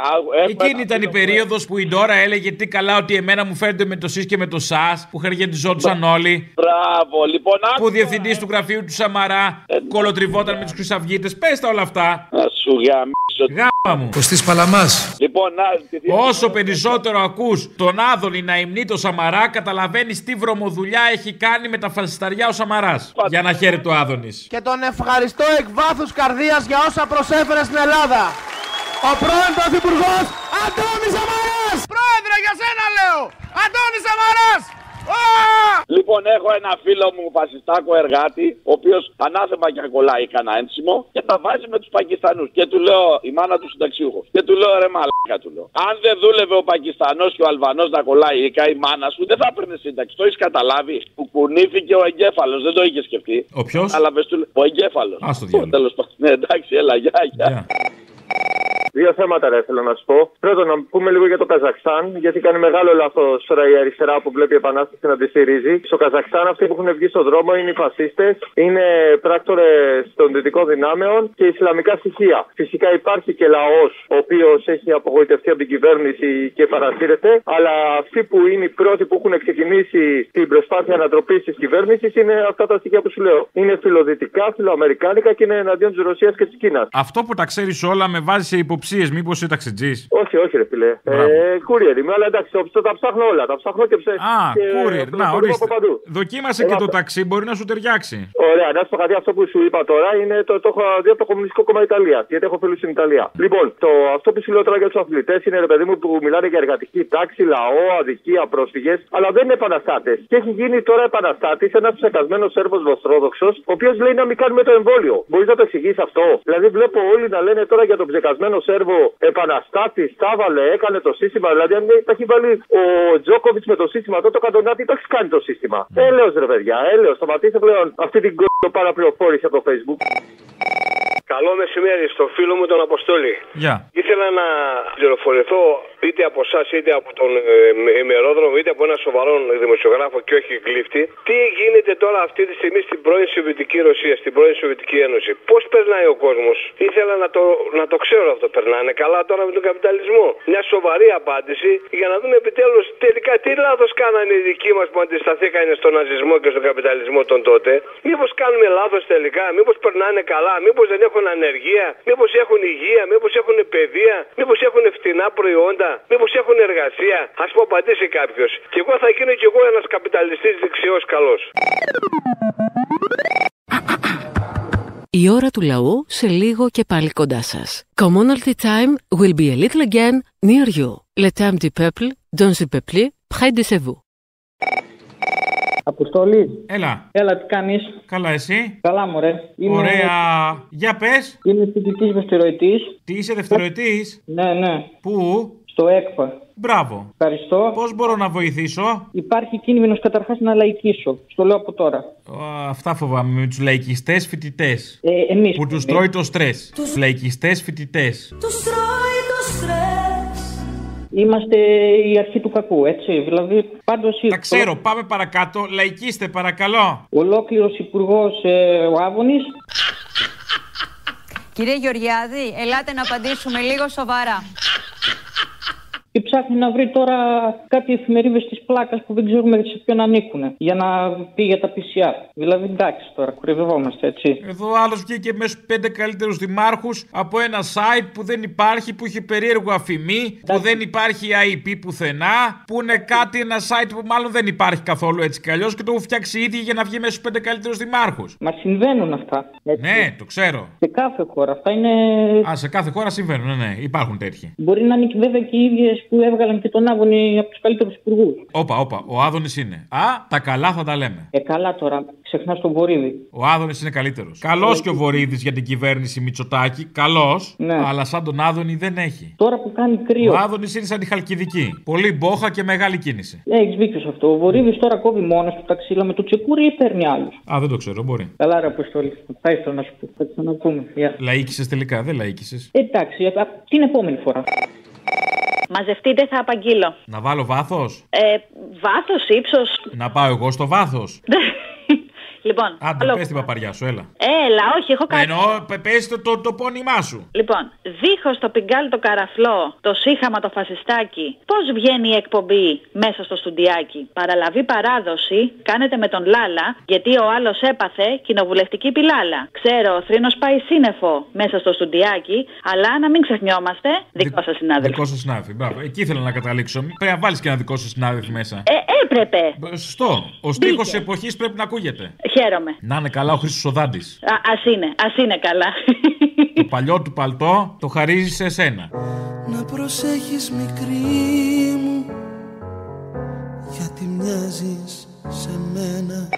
Speaker 2: Εκείνη ήταν η περίοδο που η Ντόρα έλεγε τι καλά ότι εμένα μου φαίνεται με το ΣΥΣ και με το ΣΑΣ που χαργεντιζόντουσαν όλοι.
Speaker 15: Μπράβο, λοιπόν. Ε, ναι.
Speaker 2: Που διευθυντή του γραφείου του Σαμαρά κολοτριβόταν με τους Χρυσαυγίτες. Πες τα όλα αυτά.
Speaker 15: Να σου γαμίσω.
Speaker 2: Γάμα μου. Κωστής Παλαμάς.
Speaker 15: Λοιπόν, να,
Speaker 2: Όσο περισσότερο ακούς τον Άδωνη να υμνεί το Σαμαρά, καταλαβαίνεις τι βρωμοδουλειά έχει κάνει με τα φασισταριά ο Σαμαράς. Για να χαίρεται ο Άδωνης.
Speaker 3: Και τον ευχαριστώ εκ βάθους καρδίας για όσα προσέφερε στην Ελλάδα. Ο πρώην Πρωθυπουργός Αντώνης Σαμαράς! Πρόεδρε, για σένα λέω! Αντώνης Σαμαράς!
Speaker 15: Λοιπόν, έχω ένα φίλο μου φασιστάκο εργάτη, ο οποίος ανάθεμα και κολλάει κανένα ένσημο και τα βάζει με τους Πακιστανούς. Και του λέω, η μάνα του συνταξιούχος. Και του λέω, ρε μαλάκα, του λέω. Αν δεν δούλευε ο Πακιστανός και ο Αλβανός να κολλάει η η μάνα σου δεν θα έπαιρνε σύνταξη. Το έχεις καταλάβει. Που κουνήθηκε ο εγκέφαλος, δεν το είχες σκεφτεί.
Speaker 2: Ο ποιος?
Speaker 15: Κατάλαβε του λέω, Ο εγκέφαλος.
Speaker 2: Ας το διάλογο.
Speaker 15: Τέλος πάντων. Ναι, εντάξει, έλα, γεια, γεια.
Speaker 24: Δύο θέματα ρε, θέλω να σου πω. Πρώτον, να πούμε λίγο για το Καζακστάν, γιατί κάνει μεγάλο λάθος τώρα η αριστερά που βλέπει η επανάσταση να τη στηρίζει. Στο Καζακστάν, αυτοί που έχουν βγει στον δρόμο είναι οι φασίστες, είναι πράκτορες των δυτικών δυνάμεων και ισλαμικά στοιχεία. Φυσικά υπάρχει και λαός, ο οποίος έχει απογοητευτεί από την κυβέρνηση και παρασύρεται, αλλά αυτοί που είναι οι πρώτοι που έχουν ξεκινήσει την προσπάθεια ανατροπής της κυβέρνησης είναι αυτά τα στοιχεία που σου λέω. Είναι φιλοδυτικά, φιλοαμερικάνικα και είναι εναντίον της Ρωσίας και της Κίνας.
Speaker 2: Αυτό που τα ξέρεις όλα με βάζει σε υποψία υποψίες, μήπως ο ταξιτζής.
Speaker 24: Όχι, όχι, ρε φίλε. Ε, courier είμαι, αλλά εντάξει, το, τα ψάχνω όλα. Τα ψάχνω και ψέχνω.
Speaker 2: Α, courier. Να, ορίστε. Δοκίμασε
Speaker 24: Ε,
Speaker 2: και
Speaker 24: να
Speaker 2: το
Speaker 24: τα-
Speaker 2: ταξί, μπορεί να σου ταιριάξει.
Speaker 24: Ωραία, να σου πω κάτι. Αυτό που σου είπα τώρα είναι το, το έχω δει από το Κομμουνιστικό Κόμμα Ιταλίας. Γιατί έχω φίλους στην Ιταλία. Λοιπόν, το, αυτό που σου λέω τώρα για τους αθλητές είναι ρε παιδί μου που μιλάνε για εργατική τάξη, λαό, αδικία, πρόσφυγες. Αλλά δεν είναι επαναστάτες. Και έχει γίνει τώρα επαναστάτης ένας ψεκασμένος Σέρβος Βοσρόδοξο, ο οποίος λέει να μην κάνουμε το εμβόλιο. Μπορείς να το εξηγήσει αυτό. Δηλαδή βλέπω όλοι να λένε τώρα για τον ψεκασμένο Σέρβο επαναστάτη, τα βάλε, έκανε το σύστημα. Δηλαδή αν τα έχει βάλει ο Τζόκοβιτ με το σύστημα, τότε ο Καντονάτη το έχει κάνει το σύστημα. Έλεω ρε παιδιά, έλεω. Σταματήστε πλέον αυτή την κ***ο παραπληροφόρηση από το Facebook.
Speaker 25: Καλό μεσημέρι στο φίλο μου τον Αποστόλη.
Speaker 2: Γεια.
Speaker 25: Ήθελα να πληροφορηθώ είτε από εσάς είτε από τον ε, ε, ημερόδρομο είτε από ένα σοβαρό δημοσιογράφο και όχι κλήφτη. Τι γίνεται τώρα αυτή τη στιγμή στην πρώην Σοβιετική Ρωσία, στην πρώην Σοβιετική Ένωση. Πώς περνάει ο κόσμος. Ήθελα να το, να το ξέρω αυτό. Περνάνε καλά τώρα με τον καπιταλισμό. Μια σοβαρή απάντηση για να δούμε επιτέλους τελικά τι λάθος κάνανε οι δικοί μας που αντισταθήκανε στον ναζισμό και στον καπιταλισμό τον τότε. Μήπως κάνουμε λάθος τελικά, μήπως περνάνε καλά, μήπως δεν έχουν ανεργία, μήπως έχουν υγεία, μήπως έχουν παιδεία, μήπως έχουν φτηνά προϊόντα, μήπως έχουν εργασία. Ας μου απαντήσει κάποιος. Και εγώ θα γίνω κι εγώ ένας καπιταλιστής δεξιός καλός.
Speaker 6: Η ώρα του λαού σε λίγο και πάλι κοντά σας. Commonalty time will be a little again near you. Le temps du peuple, dans le peuple, près de chez vous.
Speaker 26: Αποστολή.
Speaker 2: Έλα.
Speaker 26: Έλα, τι κάνεις.
Speaker 2: Καλά, εσύ.
Speaker 26: Καλά, μωρέ. Είμαι-
Speaker 2: Ωραία. Για πες.
Speaker 26: Είμαι φοιτητής δευτεροετής.
Speaker 2: Τι είσαι δευτεροετής.
Speaker 26: Ναι, ναι.
Speaker 2: Πού?
Speaker 26: Στο ΕΚΠΑ.
Speaker 2: Μπράβο.
Speaker 26: Ευχαριστώ.
Speaker 2: Πώς μπορώ να βοηθήσω.
Speaker 26: Υπάρχει κίνδυνος καταρχάς να λαϊκίσω. Στο λέω από τώρα.
Speaker 2: Α, Αυτά φοβάμαι με τους λαϊκιστές φοιτητές.
Speaker 26: Ε, εμείς
Speaker 2: που του
Speaker 26: φοβάμαι.
Speaker 2: τρώει το στρες.
Speaker 26: Τους-
Speaker 2: Τους... Λαϊκιστές φοιτητές.
Speaker 26: Τους τρώει το στρες. Είμαστε η αρχή του κακού, έτσι. Δηλαδή, πάντως.
Speaker 2: Τα ξέρω, πάμε παρακάτω. Λαϊκίστε, παρακαλώ.
Speaker 26: Ολόκληρος υπουργός ε, ο Άβωνης.
Speaker 27: Κύριε Γεωργιάδη, ελάτε να απαντήσουμε λίγο σοβαρά.
Speaker 26: Και ψάχνει να βρει τώρα κάποιοι εφημερίδες της πλάκας που δεν ξέρουμε σε ποιον ανήκουν. Για να πει για τα PCR. Δηλαδή, εντάξει τώρα, κουρευόμαστε έτσι.
Speaker 2: Εδώ άλλος βγήκε μέσα στου πέντε καλύτερους δημάρχους από ένα site που δεν υπάρχει, που έχει περίεργο αφημί, που δεν υπάρχει IP πουθενά, που είναι κάτι ένα site που μάλλον δεν υπάρχει καθόλου έτσι κι αλλιώς και το έχουν φτιάξει οι ίδιοι για να βγει μέσα στου πέντε καλύτερους δημάρχους.
Speaker 26: Μα συμβαίνουν αυτά.
Speaker 2: Ναι, το ξέρω.
Speaker 26: Σε κάθε χώρα. Αυτά είναι.
Speaker 2: Α, σε κάθε χώρα συμβαίνουν, ναι, ναι, υπάρχουν τέτοιοι.
Speaker 26: Μπορεί να είναι και βέβαια και οι ίδιες που έβγαλαν και τον Άβωνη από τους καλύτερους υπουργούς.
Speaker 2: Όπα, όπα, ο Άδωνης είναι. Α, τα καλά θα τα λέμε.
Speaker 26: Ε, καλά τώρα, ξεχνάς τον Βορύδη.
Speaker 2: Ο Άδωνης είναι καλύτερος. Καλός και ο Βορύδης για την κυβέρνηση Μητσοτάκη, καλός,
Speaker 26: Ναι.
Speaker 2: αλλά σαν τον Άδωνη δεν έχει.
Speaker 26: Τώρα που κάνει κρύο.
Speaker 2: Ο Άδωνης είναι σαν τη Χαλκιδική. Πολύ μπόχα και μεγάλη κίνηση.
Speaker 26: Έχει Ε, δίκιο σε αυτό. Ο Βορύδης τώρα κόβει μόνος του τα ξύλα με το τσεκούρι ή παίρνει άλλους.
Speaker 2: Α, δεν το ξέρω, μπορεί.
Speaker 26: Καλά, ρε Αποστολή. Θα ήθελα να σου πω. Θα ξαναπούμε. Γεια.
Speaker 2: Λαίκησε τελικά, δεν λαίκησε.
Speaker 26: Εντάξει, α, την επόμενη φορά.
Speaker 11: Μαζευτείτε, θα απαγγείλω.
Speaker 2: Να βάλω βάθος.
Speaker 11: Ε, Βάθος, ύψος.
Speaker 2: Να πάω εγώ στο βάθος.
Speaker 11: Λοιπόν,
Speaker 2: Άντε, πες την παπαριά σου, έλα.
Speaker 16: Ε,
Speaker 11: έλα, όχι, έχω κάτι.
Speaker 2: Εννοώ, πε το, το, το πόνιμά σου.
Speaker 11: Λοιπόν, δίχως το πιγκάλι το καραφλό, το σύχαμα το φασιστάκι, πώς βγαίνει η εκπομπή μέσα στο στουντιάκι. Παραλαβή παράδοση, κάνετε με τον Λάλα, γιατί ο άλλος έπαθε κοινοβουλευτική πιλάλα. Ξέρω, ο θρήνος πάει σύννεφο μέσα στο στουντιάκι, αλλά να μην ξεχνιόμαστε, δικό σας συνάδελφο.
Speaker 2: Δικό σου συνάδελφο. Μπράβο. Εκεί ήθελα να καταλήξω. Πρέπει να βάλεις και ένα δικό σου συνάδελφο μέσα.
Speaker 11: Ε, έπρεπε.
Speaker 2: Μπ, Σωστό. Ο στίχο τη εποχής πρέπει να ακούγεται.
Speaker 11: Χαίρομαι.
Speaker 2: Να είναι καλά ο Χρήσο Οδάντης.
Speaker 11: Α ας είναι, ας είναι καλά.
Speaker 2: το παλιό του παλτό το χαρίζει σε σένα.
Speaker 8: Να προσέχεις μικρή μου Γιατί μοιάζεις σε μένα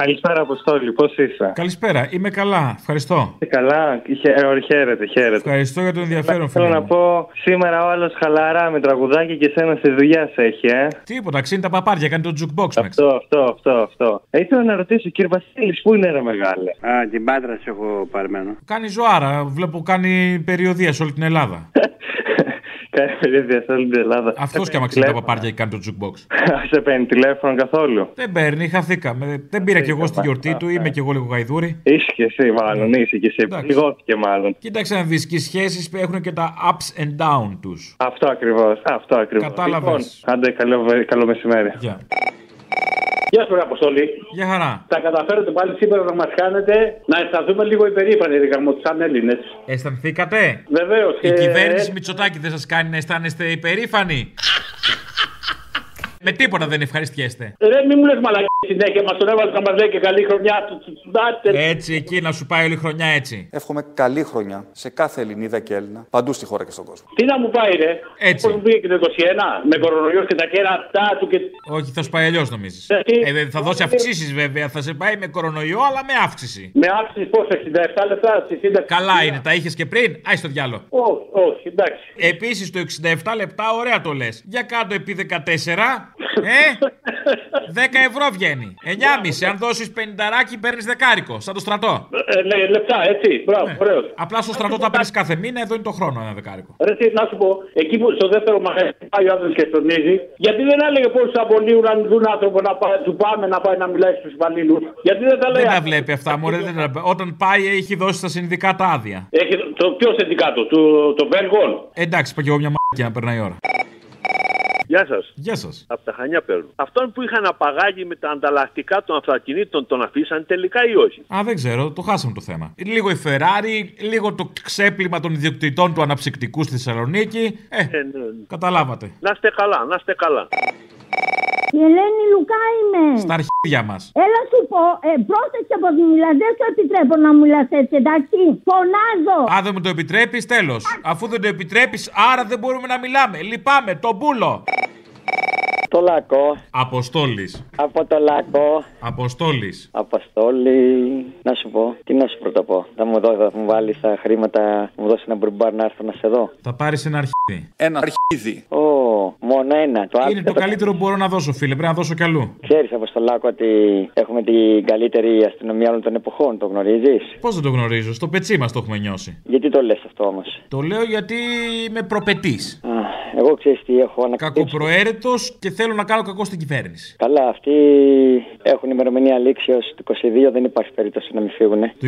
Speaker 12: Καλησπέρα, Αποστόλη, πώς είσαι.
Speaker 2: Καλησπέρα, είμαι καλά. Ευχαριστώ.
Speaker 12: Καλά, χε- ε, ω, χαίρετε, χαίρετε.
Speaker 2: Ευχαριστώ για το ενδιαφέρον,
Speaker 12: Θέλω
Speaker 2: φίλε.
Speaker 12: να
Speaker 2: μου.
Speaker 12: πω, σήμερα ο άλλος χαλαρά με τραγουδάκι και σένα στη δουλειά σε έχει, ε.
Speaker 2: Τίποτα, ξύνει τα παπάρια, κάνει το jukebox με.
Speaker 12: Αυτό, αυτό, αυτό, αυτό. Ε, ήθελα να ρωτήσω, κύριε Βασίλης, πού είναι ρε μεγάλε.
Speaker 28: Α, την Πάτρα σε έχω παρμένο.
Speaker 2: Κάνει ζωάρα, βλέπω κάνει περιοδία σε όλη την Ελλάδα.
Speaker 12: Κάνει περίοδια σε όλη την Ελλάδα.
Speaker 2: Αυτός
Speaker 12: Σε
Speaker 2: και άμα
Speaker 12: παίρνει
Speaker 2: ξύνει τα παπάρια και κάνει το jukebox.
Speaker 12: τηλέφωνο- Σε παίρνει τηλέφωνο καθόλου.
Speaker 2: Δεν παίρνει, χαθήκαμε. Δεν πήρα κι εγώ στη γιορτή του, είμαι κι εγώ λίγο γαϊδούρη.
Speaker 12: Είσαι και εσύ, μάλλον, είσαι και εσύ.
Speaker 2: Εντάξει.
Speaker 12: ε, Πληγώθηκε, μάλλον.
Speaker 2: Κοίταξε να δεις και οι σχέσεις έχουν και τα ups and down τους.
Speaker 12: Αυτό ακριβώς. Αυτό ακριβώς.
Speaker 2: Κατάλαβες.
Speaker 12: Λοιπόν, άντε, καλό, καλό μεσημέρι.
Speaker 9: Γεια σου, ρε Αποστολή.
Speaker 2: Για χαρά.
Speaker 9: Τα καταφέρετε πάλι σήμερα να μας κάνετε να αισθανθούμε λίγο υπερήφανοι, ρε μου, σαν Έλληνες.
Speaker 2: Αισθανθήκατε.
Speaker 9: Βεβαίως.
Speaker 2: Η
Speaker 9: ε.
Speaker 2: κυβέρνηση Μητσοτάκη δεν σας κάνει να αισθάνεστε υπερήφανοι. Με τίποτα δεν ευχαριστιέστε.
Speaker 9: Ρε, μη μου λες μαλακή συνέχεια, μας τον έβαλες να μας λέει και καλή χρονιά.
Speaker 2: Έτσι, εκεί να σου πάει όλη η χρονιά έτσι.
Speaker 13: Εύχομαι καλή χρονιά σε κάθε Ελληνίδα και Έλληνα, παντού στη χώρα και στον κόσμο.
Speaker 9: Τι να μου πάει, ρε.
Speaker 2: Έτσι.
Speaker 9: Πώς μου πήγε και το 21, με κορονοϊό και τα κέρα αυτά του και.
Speaker 2: Όχι, θα σου πάει αλλιώς νομίζεις.
Speaker 9: Γιατί-
Speaker 2: Ε, δεν θα
Speaker 9: Ναι.
Speaker 2: δώσει αυξήσεις βέβαια. Θα σε πάει με κορονοϊό, αλλά με αύξηση.
Speaker 9: Με αύξηση πόσο, 67 λεπτά, 60.
Speaker 2: Καλά είναι, τα είχες και πριν. Άι στο διάλογο.
Speaker 9: Όχι, όχι, εντάξει.
Speaker 2: Επίσης το 67 λεπτά, ωραία το λες. Για κάτω επί 14, ε! 10 ευρώ βγαίνει. 9,5. Αν δώσεις 50 παίρνεις δεκάρικο, σαν το στρατό. Ναι.
Speaker 9: Ε, ναι, λεπτά, έτσι. Μπράβο, ωραίος.
Speaker 2: Απλά στο στρατό τα παίρνει κάθε μήνα, εδώ είναι το χρόνο ένα δεκάρικο.
Speaker 9: Ρε, τι, να σου πω, εκεί που στο δεύτερο μαγαζί πάει ο άνθρωπο και στονίζει, γιατί δεν έλεγε πώ θα απολύουν αν δουν άνθρωπο να πάει, του πάμε να πάει να μιλάει στους υπαλλήλους. Γιατί δεν τα λέει.
Speaker 2: Δεν τα βλέπει αυτά, μωρέ. Δεν τα... Όταν πάει, έχει δώσει στα συνδικάτα άδεια.
Speaker 9: Έχει το- το ποιο συνδικάτο, του το Βέργων.
Speaker 2: Εντάξει, είπα και εγώ μια μάκια να περνάει η ώρα.
Speaker 14: Γεια σας.
Speaker 2: Γεια σας.
Speaker 14: Από τα χανιά παίρνω. Αυτόν που είχαν απαγάγει με τα ανταλλακτικά των αυτοκινήτων τον αφήσαν τελικά ή όχι.
Speaker 2: Α, δεν ξέρω, το χάσαμε το θέμα. Λίγο η Ferrari, λίγο το ξέπλυμα των ιδιοκτητών του αναψυκτικού στη Θεσσαλονίκη. Ε, καταλάβατε.
Speaker 14: ναι, Να είστε καλά, να είστε καλά.
Speaker 16: Η Ελένη Λουκά είμαι.
Speaker 2: Τα αρχίδια μας.
Speaker 16: Έλα σου πω, ε, πρόσεξε πως μιλάς, δεν σου επιτρέπω να μιλάς έτσι, εντάξει. Φωνάζω.
Speaker 2: Α, δεν μου το επιτρέπεις, τέλος. Αφού δεν το επιτρέπεις, άρα δεν μπορούμε να μιλάμε. Λυπάμαι, τον πούλο.
Speaker 17: Το λακό.
Speaker 2: Αποστόλης.
Speaker 17: Από το λακό.
Speaker 2: Αποστόλης.
Speaker 17: Αποστόλη. Να σου πω, τι να σου πρώτα πω. Θα μου, δώ, θα μου βάλεις τα χρήματα, θα μου δώσεις ένα μπουρμπάρ να έρθω να σε δω.
Speaker 2: Θα πάρεις ένα αρχίδι.
Speaker 17: Ένα αρχίδι. Ω, μόνο ένα. Το άλλο.
Speaker 2: Είναι το καλύτερο που μπορώ να δώσω, φίλε. Πρέπει να δώσω κι αλλού.
Speaker 17: Ξέρεις, Αποστολάκο, ότι έχουμε την καλύτερη αστυνομία όλων των εποχών. Το γνωρίζεις.
Speaker 2: Πώς δεν το γνωρίζω, στο πετσί μας το έχουμε νιώσει.
Speaker 17: Γιατί το λες αυτό όμως.
Speaker 2: Το λέω γιατί είμαι προπετής.
Speaker 17: Εγώ ξέρεις τι έχω ανακαλύψει.
Speaker 2: Κακοπροαίρετος και θέλω να κάνω κακό στην κυβέρνηση.
Speaker 17: Καλά, αυτοί έχουν ημερομηνία λήξη ως το 22, δεν υπάρχει περίπτωση να μην φύγουν. Ε,
Speaker 2: Το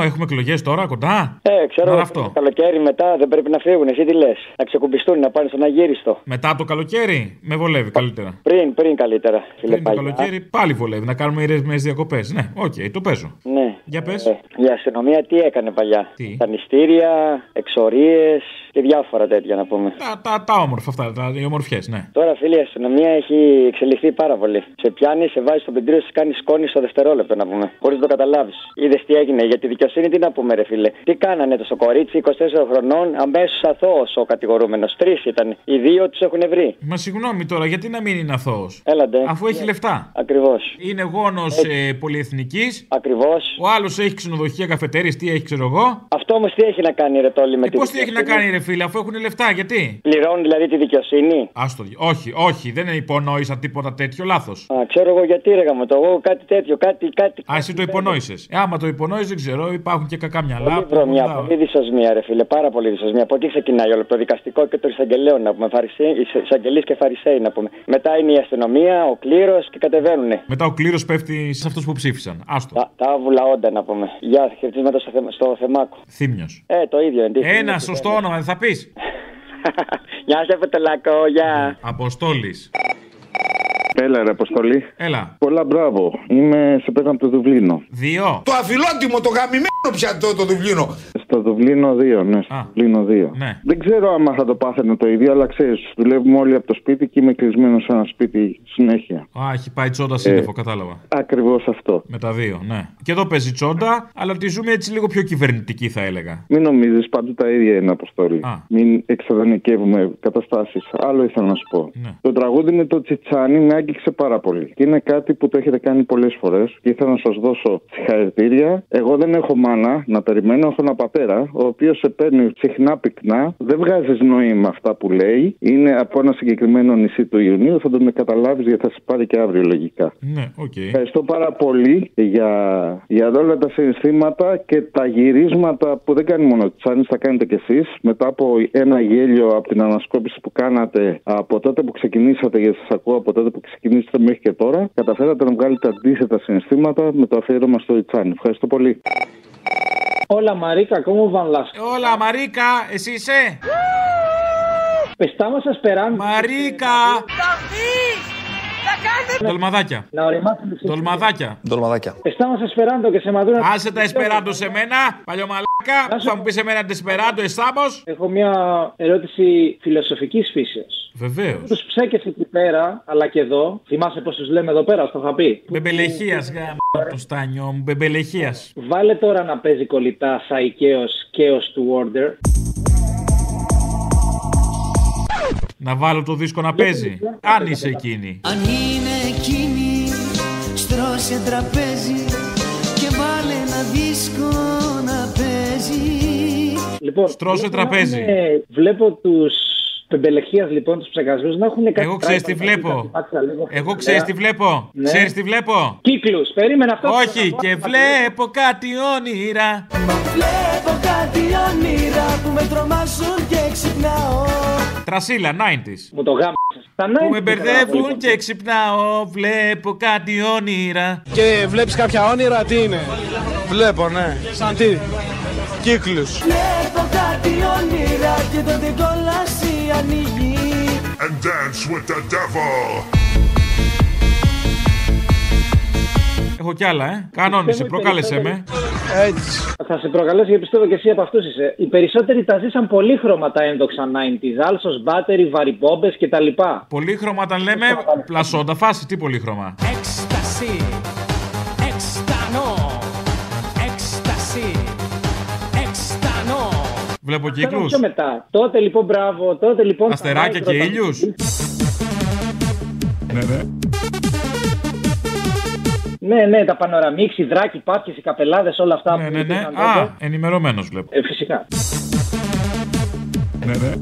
Speaker 2: 22 έχουμε εκλογές τώρα κοντά.
Speaker 17: ξέρω,
Speaker 2: Άρα αυτό.
Speaker 17: καλοκαίρι μετά δεν πρέπει να φύγουν. Εσύ τι λες, να ξεκουμπιστούν, να πάνε στον Αγύριστο.
Speaker 2: Μετά από το καλοκαίρι με βολεύει καλύτερα.
Speaker 17: Πριν, πριν καλύτερα, φίλε
Speaker 2: Πριν το
Speaker 17: Παγιά.
Speaker 2: καλοκαίρι πάλι βολεύει. Να κάνουμε ηρεμέ διακοπές. Ναι, οκ, το παίζω.
Speaker 17: Ναι.
Speaker 2: Για πες.
Speaker 17: η αστυνομία τι έκανε παλιά.
Speaker 2: Τι?
Speaker 17: Δανειστήρια, εξορίες και διάφορα τέτοια να πούμε.
Speaker 2: Τα, τα, τα όμορφα αυτά, τα, οι ομορφιές, ναι.
Speaker 17: Τώρα, φίλε, η αστυνομία έχει εξελιχθεί πάρα πολύ. Σε πιάνει, σε βάζει στο πεντρίο, σε κάνει σκόνη στο δευτερόλεπτο να πούμε. Χωρίς να το καταλάβεις. Είδες τι έγινε. Για τη δικαιοσύνη, τι να πούμε, ρε φίλε. Τι κάνανε το στο κορίτσι, 24 χρονών, αμέσως αθώος ο κατηγορούμενος. Τρεις ήταν. Οι δύο τους έχουν βρει.
Speaker 2: Μα συγγνώμη τώρα, γιατί να μην είναι αθώος.
Speaker 17: Έλαντε.
Speaker 2: Αφού έχει λεφτά.
Speaker 17: Ακριβώς.
Speaker 2: Είναι γόνος ε, πολυεθνικής.
Speaker 17: Ακριβώς.
Speaker 2: Ο άλλος έχει ξενοδοχεία, καφετέρειε, τι έχει, ξέρω εγώ.
Speaker 17: Αυτό όμως τι έχει να κάνει, ρε τόλι με
Speaker 2: Ε,
Speaker 17: τη
Speaker 2: Πώς τι έχει να
Speaker 17: δικαιοσύνη?
Speaker 2: κάνει, ρε φίλε, αφού έχουν λεφτά, γιατί.
Speaker 17: Πληρώνουν δηλαδή τη δικαιοσύνη.
Speaker 2: Άστο, όχι, όχι, δεν υπονόησα τίποτα τέτοιο, λάθος.
Speaker 17: Α, ξέρω εγώ γιατί ρε γαμώ το εγώ κάτι τέτοιο, κάτι, κάτι.
Speaker 2: Α, εσύ το υπονόησε. Ε, άμα το υπονόησε, δεν ξέρω, υπάρχουν και κακά μυαλά.
Speaker 17: Πολύ
Speaker 2: που
Speaker 17: βρωμιά,
Speaker 2: τα-
Speaker 17: πολύ δυσοσμία, ρε φίλε, πάρα πολύ δυσοσμία. Από εκεί ξεκινάει όλο το δικαστικό και των εισαγγελέων, να πούμε. Εισαγγελείς και φαρισαίοι, να πούμε. Μετά είναι η αστυνομία, ο κλήρος και κατεβαίνουνε.
Speaker 2: Μετά ο κλήρος πέφτει σε αυτούς που ψήφισαν. Άστο.
Speaker 17: Τα, τα άβουλα όντα, να πούμε. Για χαιρετίσματα στο, θεμα, στο θεμάκο.
Speaker 2: Θύμιος.
Speaker 17: Ε, το ίδιο είναι. τι
Speaker 2: Ένα
Speaker 17: θυμίζει,
Speaker 2: σωστό
Speaker 17: ε.
Speaker 2: όνομα, δεν θα πεις.
Speaker 17: Γεια σα, Πετελάκο, γεια.
Speaker 2: Αποστόλης.
Speaker 18: Έλα, ρε, Αποστολή.
Speaker 2: Έλα.
Speaker 18: Πολλά μπράβο. Είμαι σε πέρα από το Δουβλίνο.
Speaker 2: Δύο.
Speaker 29: Το αφιλότιμο, το γαμημένο πια το, το Δουβλίνο.
Speaker 18: Στο Δουβλίνο 2, ναι. Στο Δουβλίνο 2.
Speaker 29: Ναι.
Speaker 18: Δεν ξέρω άμα θα το πάθαινα το ίδιο, αλλά ξέρεις, δουλεύουμε όλοι από το σπίτι και είμαι κλεισμένος σε ένα σπίτι συνέχεια.
Speaker 2: Α, έχει πάει τσόντα
Speaker 17: Ε,
Speaker 2: σύννεφο, κατάλαβα.
Speaker 18: Ακριβώς αυτό.
Speaker 2: Με τα δύο, ναι. Και εδώ παίζει τσόντα, αλλά τη ζούμε έτσι λίγο πιο κυβερνητική, θα έλεγα.
Speaker 18: Μην νομίζεις παντού τα ίδια είναι αποστολή. Μην εξαδανικεύουμε καταστάσεις. Άλλο ήθελα να σου πω. Το τραγούδι με το Τσιτσάνι με άγγιξε πάρα πολύ. Και είναι κάτι που το έχετε κάνει πολλές φορές. Και ήθελα να σας δώσω συγχαρητήρια. Εγώ δεν έχω μάνα να περιμένω. Έχω ένα πατέρα, ο οποίος σε παίρνει συχνά πυκνά. Δεν βγάζεις νόημα αυτά που λέει. Είναι από ένα συγκεκριμένο νησί του Ιουνίου. Θα τον καταλάβεις γιατί θα σε πάρει και αύριο λογικά.
Speaker 2: Ναι, οκ.
Speaker 18: Ευχαριστώ πάρα πολύ για, για όλα τα συναισθήματα και τα γυρίσματα που δεν κάνει μόνο ο Τσάνης, τα κάνετε κι εσείς. Μετά από ένα γέλιο από την ανασκόπηση που κάνατε από τότε που ξεκινήσατε, γιατί σας ακούω από τότε που ξεκινήσατε μέχρι και τώρα, καταφέρατε να βγάλετε αντίθετα συναισθήματα με το αφιέρωμα στο Τσάνη. Ευχαριστώ πολύ.
Speaker 26: Hola, marica, ¿cómo van las?
Speaker 2: Όλα, Μαρίκα, εσύ είσαι.
Speaker 26: Estamos esperando.
Speaker 2: Μαρίκα!
Speaker 8: Θα βγεις! Θα
Speaker 2: Τολμαδάκια.
Speaker 23: Να οριμάσουμε
Speaker 2: Τολμαδάκια.
Speaker 30: Ντολμαδάκια.
Speaker 23: Estamos esperando que se madure.
Speaker 2: Άσε τα εσπεράντο σε μένα, παλιό μαλάκα. που Θα μου πεις εμένα εσπεράντο, εσάμπο.
Speaker 23: Έχω μια ε, ερώτηση φιλοσοφικής φύση.
Speaker 2: Βεβαίως.
Speaker 23: Τους ψέκες εκεί πέρα, αλλά και εδώ, θυμάσαι πώς τους λέμε εδώ πέρα, στο είχα πει.
Speaker 2: Μπεμπελεχία, γάμο το στάνιο μου, μπεμπελεχίας.
Speaker 23: Βάλε τώρα να παίζει κολλητά σαϊκαίο καίο του Order.
Speaker 2: Να βάλω το δίσκο να παίζει. Αν είσαι εκείνη.
Speaker 8: Αν είναι εκείνη, στρώσε τραπέζι και βάλε ένα δίσκο να παίζει.
Speaker 23: Λοιπόν,
Speaker 2: Στρώσε
Speaker 23: βλέπω να
Speaker 2: τραπέζι.
Speaker 23: είναι- Βλέπω τους πεμπελεχία λοιπόν, τους ψεκασμούς να έχουν κάτι.
Speaker 2: Εγώ ξέρεις τι
Speaker 23: πράγματα,
Speaker 2: βλέπω.
Speaker 23: να κοιτάξα λίγο.
Speaker 2: Εγώ ξέρεις
Speaker 23: Ναι.
Speaker 2: τι βλέπω.
Speaker 23: Ναι.
Speaker 2: Ξέρεις τι βλέπω.
Speaker 23: Κύκλους, περίμενα αυτό.
Speaker 2: Όχι, και βλέπω κάτι όνειρα.
Speaker 8: Βλέπω κάτι όνειρα που με τρομάζουν και ξυπνάω.
Speaker 2: Τρασίλα, 90s.
Speaker 23: Μου το γάμ.
Speaker 2: Που με μπερδεύουν και ξυπνάω, βλέπω κάτι όνειρα.
Speaker 3: Και βλέπεις κάποια όνειρα, τι είναι. Βλέπω, ναι. Σαν τι. Κύκλους.
Speaker 8: Βλέπω κάτι όνειρα και τότε την κόλαση ανοίγει.
Speaker 31: and dance with the devil.
Speaker 2: Έχω κι άλλα, ε. Κανόνισε, προκάλεσέ με.
Speaker 23: Έτσι. Θα σε προκαλέσω γιατί πιστεύω και εσύ από αυτούς είσαι. Οι περισσότεροι τα ζήσαν πολύχρωμα τα ένδοξα 90s. Άλσος, μπάτερι, βαριμπόμπες κτλ.
Speaker 2: Πολύχρωμα όταν λέμε πλασόντα φάση, τι πολύχρωμα.
Speaker 8: Έκσταση, έκστανο, έκσταση, έκστανο.
Speaker 2: Βλέπω
Speaker 23: Φέρνω
Speaker 2: κύκλους.
Speaker 23: Πιο μετά. Τότε λοιπόν, μπράβο, τότε λοιπόν.
Speaker 2: Αστεράκια και ήλιου. Ναι, ναι.
Speaker 23: Ναι, ναι, τα πανοραμίξ, υδράκι, πάπιε, οι καπελάδες, όλα αυτά ναι, που ναι, ναι.
Speaker 2: Α, ενημερωμένος βλέπω.
Speaker 23: Ε, φυσικά.
Speaker 2: Ναι, ναι.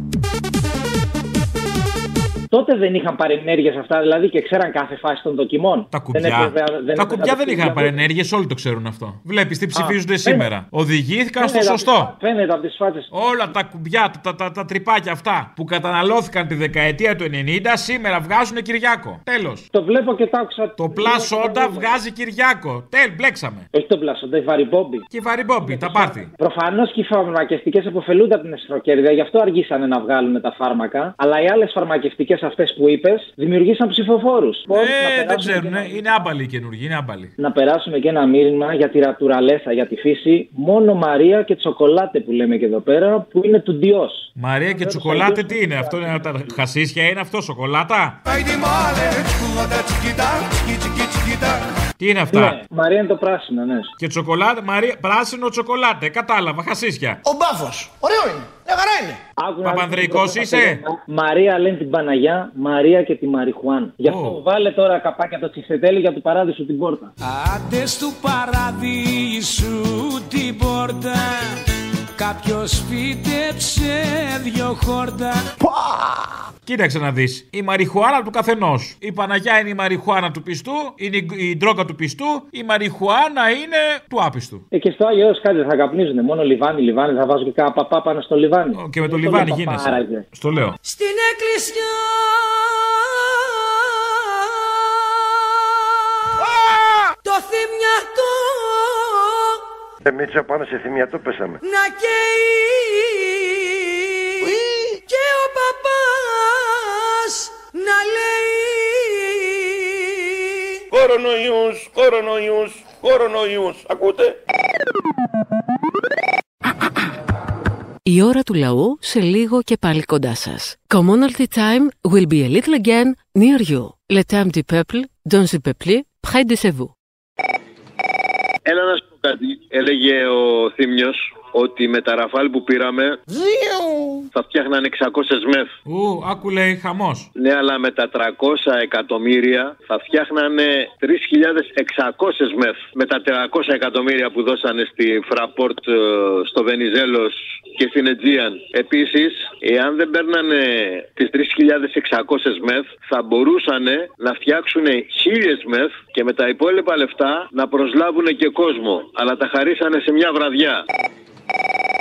Speaker 23: Τότε δεν είχαν παρενέργειες αυτά, δηλαδή και ξέραν κάθε φάση των δοκιμών. Τα
Speaker 2: Κουμπιά. Τα κουμπιά δεν είχαν παρενέργειες, όλοι το ξέρουν αυτό. Βλέπεις τι ψηφίζονται
Speaker 23: ναι.
Speaker 2: σήμερα. Οδηγήθηκαν στο
Speaker 23: Φαίνεται
Speaker 2: σωστό.
Speaker 23: Φαίνεται από τις φάτσε.
Speaker 2: Όλα τα κουμπιά, τα, τα, τα τρυπάκια αυτά που καταναλώθηκαν τη δεκαετία του 90 σήμερα βγάζουν Κυριάκο. Τέλος.
Speaker 23: Το βλέπω και τα άκουσα.
Speaker 2: Το πλάσοντα βγάζει Κυριάκο. Τέλ, μπλέξαμε.
Speaker 23: Όχι τον πλάσοντα, η βαριμπόμπη.
Speaker 2: Και η βαριμπόμπη, τα πάρτι.
Speaker 23: Προφανώς και οι φαρμακευτικές αποφελούνται από την εσχροκέρδεια, γι' αυτό αργήσανε να βγάλουν τα φάρμακα. Αλλά οι άλλες φαρμακευτικές αυτές που είπες δημιουργήσαν ψηφοφόρους.
Speaker 2: Ε, δεν ξέρουν, είναι άμπαλοι οι καινούργοι, είναι άμπαλοι.
Speaker 23: Να περάσουμε και ένα μήνυμα για τη ρατουραλέσα, για τη φύση. Μόνο Μαρία και τσοκολάτε που λέμε και εδώ πέρα, που είναι του Ντιό.
Speaker 2: Μαρία
Speaker 23: Ε,
Speaker 2: και τσοκολάτε τι είναι, αυτό είναι από τα χασίσια, είναι αυτό σοκολάτα. Τι είναι αυτά.
Speaker 23: Ναι, Μαρία είναι το πράσινο, ναι.
Speaker 2: Και τσοκολάτε, Μαρία, πράσινο τσοκολάτε, κατάλαβα, χασίσια.
Speaker 23: Ο μπάφος. Ωραίο είναι. Μια χαρά είναι.
Speaker 2: Παπανδρεϊκός είσαι?
Speaker 23: Μαρία λένε την Παναγιά, Μαρία και τη Μαριχουάν. Γι' αυτό βάλε τώρα καπάκια το τσιφετέλι για του παράδεισου την πόρτα.
Speaker 8: Άντε του παραδείσου την πόρτα Κάποιος φύτεψε δυο χόρτα
Speaker 2: Κοίταξε να δεις. Η μαριχουάνα του καθενός. Η Παναγιά είναι η μαριχουάνα του πιστού, είναι η- η ντρόκα του πιστού, η μαριχουάνα είναι του άπιστου.
Speaker 23: Ε, και στο Άγιο Όρος κάτι δεν θα καπνίζουν. Μόνο λιβάνι, λιβάνι. Θα βάζω και κάνα παπά πάνω στο λιβάνι.
Speaker 2: Και με το
Speaker 23: Δεν
Speaker 2: λιβάνι
Speaker 23: λέω παπά, άραγε.
Speaker 2: γίνεσαι. Στο λέω.
Speaker 8: Στην εκκλησιά Το θυμιατό
Speaker 32: Εμείς πάνω σε θυμιατό πέσαμε.
Speaker 8: να καίει Και ο παπάς να λέει
Speaker 4: Κορονοϊούς, κορονοϊούς, κορονοϊούς. Ακούτε.
Speaker 6: Η ώρα του λαού σε λίγο και πάλι κοντά σας. Commonalty time will be a little again near you. Le temps du peuple, dans le peuple, près de chez vous.
Speaker 21: Έλα να σου πω κάτι. Έλεγε ο Θήμιος ότι με τα ραφάλ που πήραμε θα φτιάχναν 600 μεθ.
Speaker 2: Ου, άκου λέει χαμός.
Speaker 21: Ναι, αλλά με τα 300 εκατομμύρια θα φτιάχνανε 3.600 μεθ. Με τα 300 εκατομμύρια που δώσανε στη Φραπόρτ, ε, στο Βενιζέλος και στην Αιτζίαν. Επίσης, εάν δεν παίρνανε τις 3.600 μεθ, θα μπορούσαν να φτιάξουν 1.000 μεθ και με τα υπόλοιπα λεφτά να προσλάβουν και κόσμο. Αλλά τα χαρίσανε σε μια βραδιά.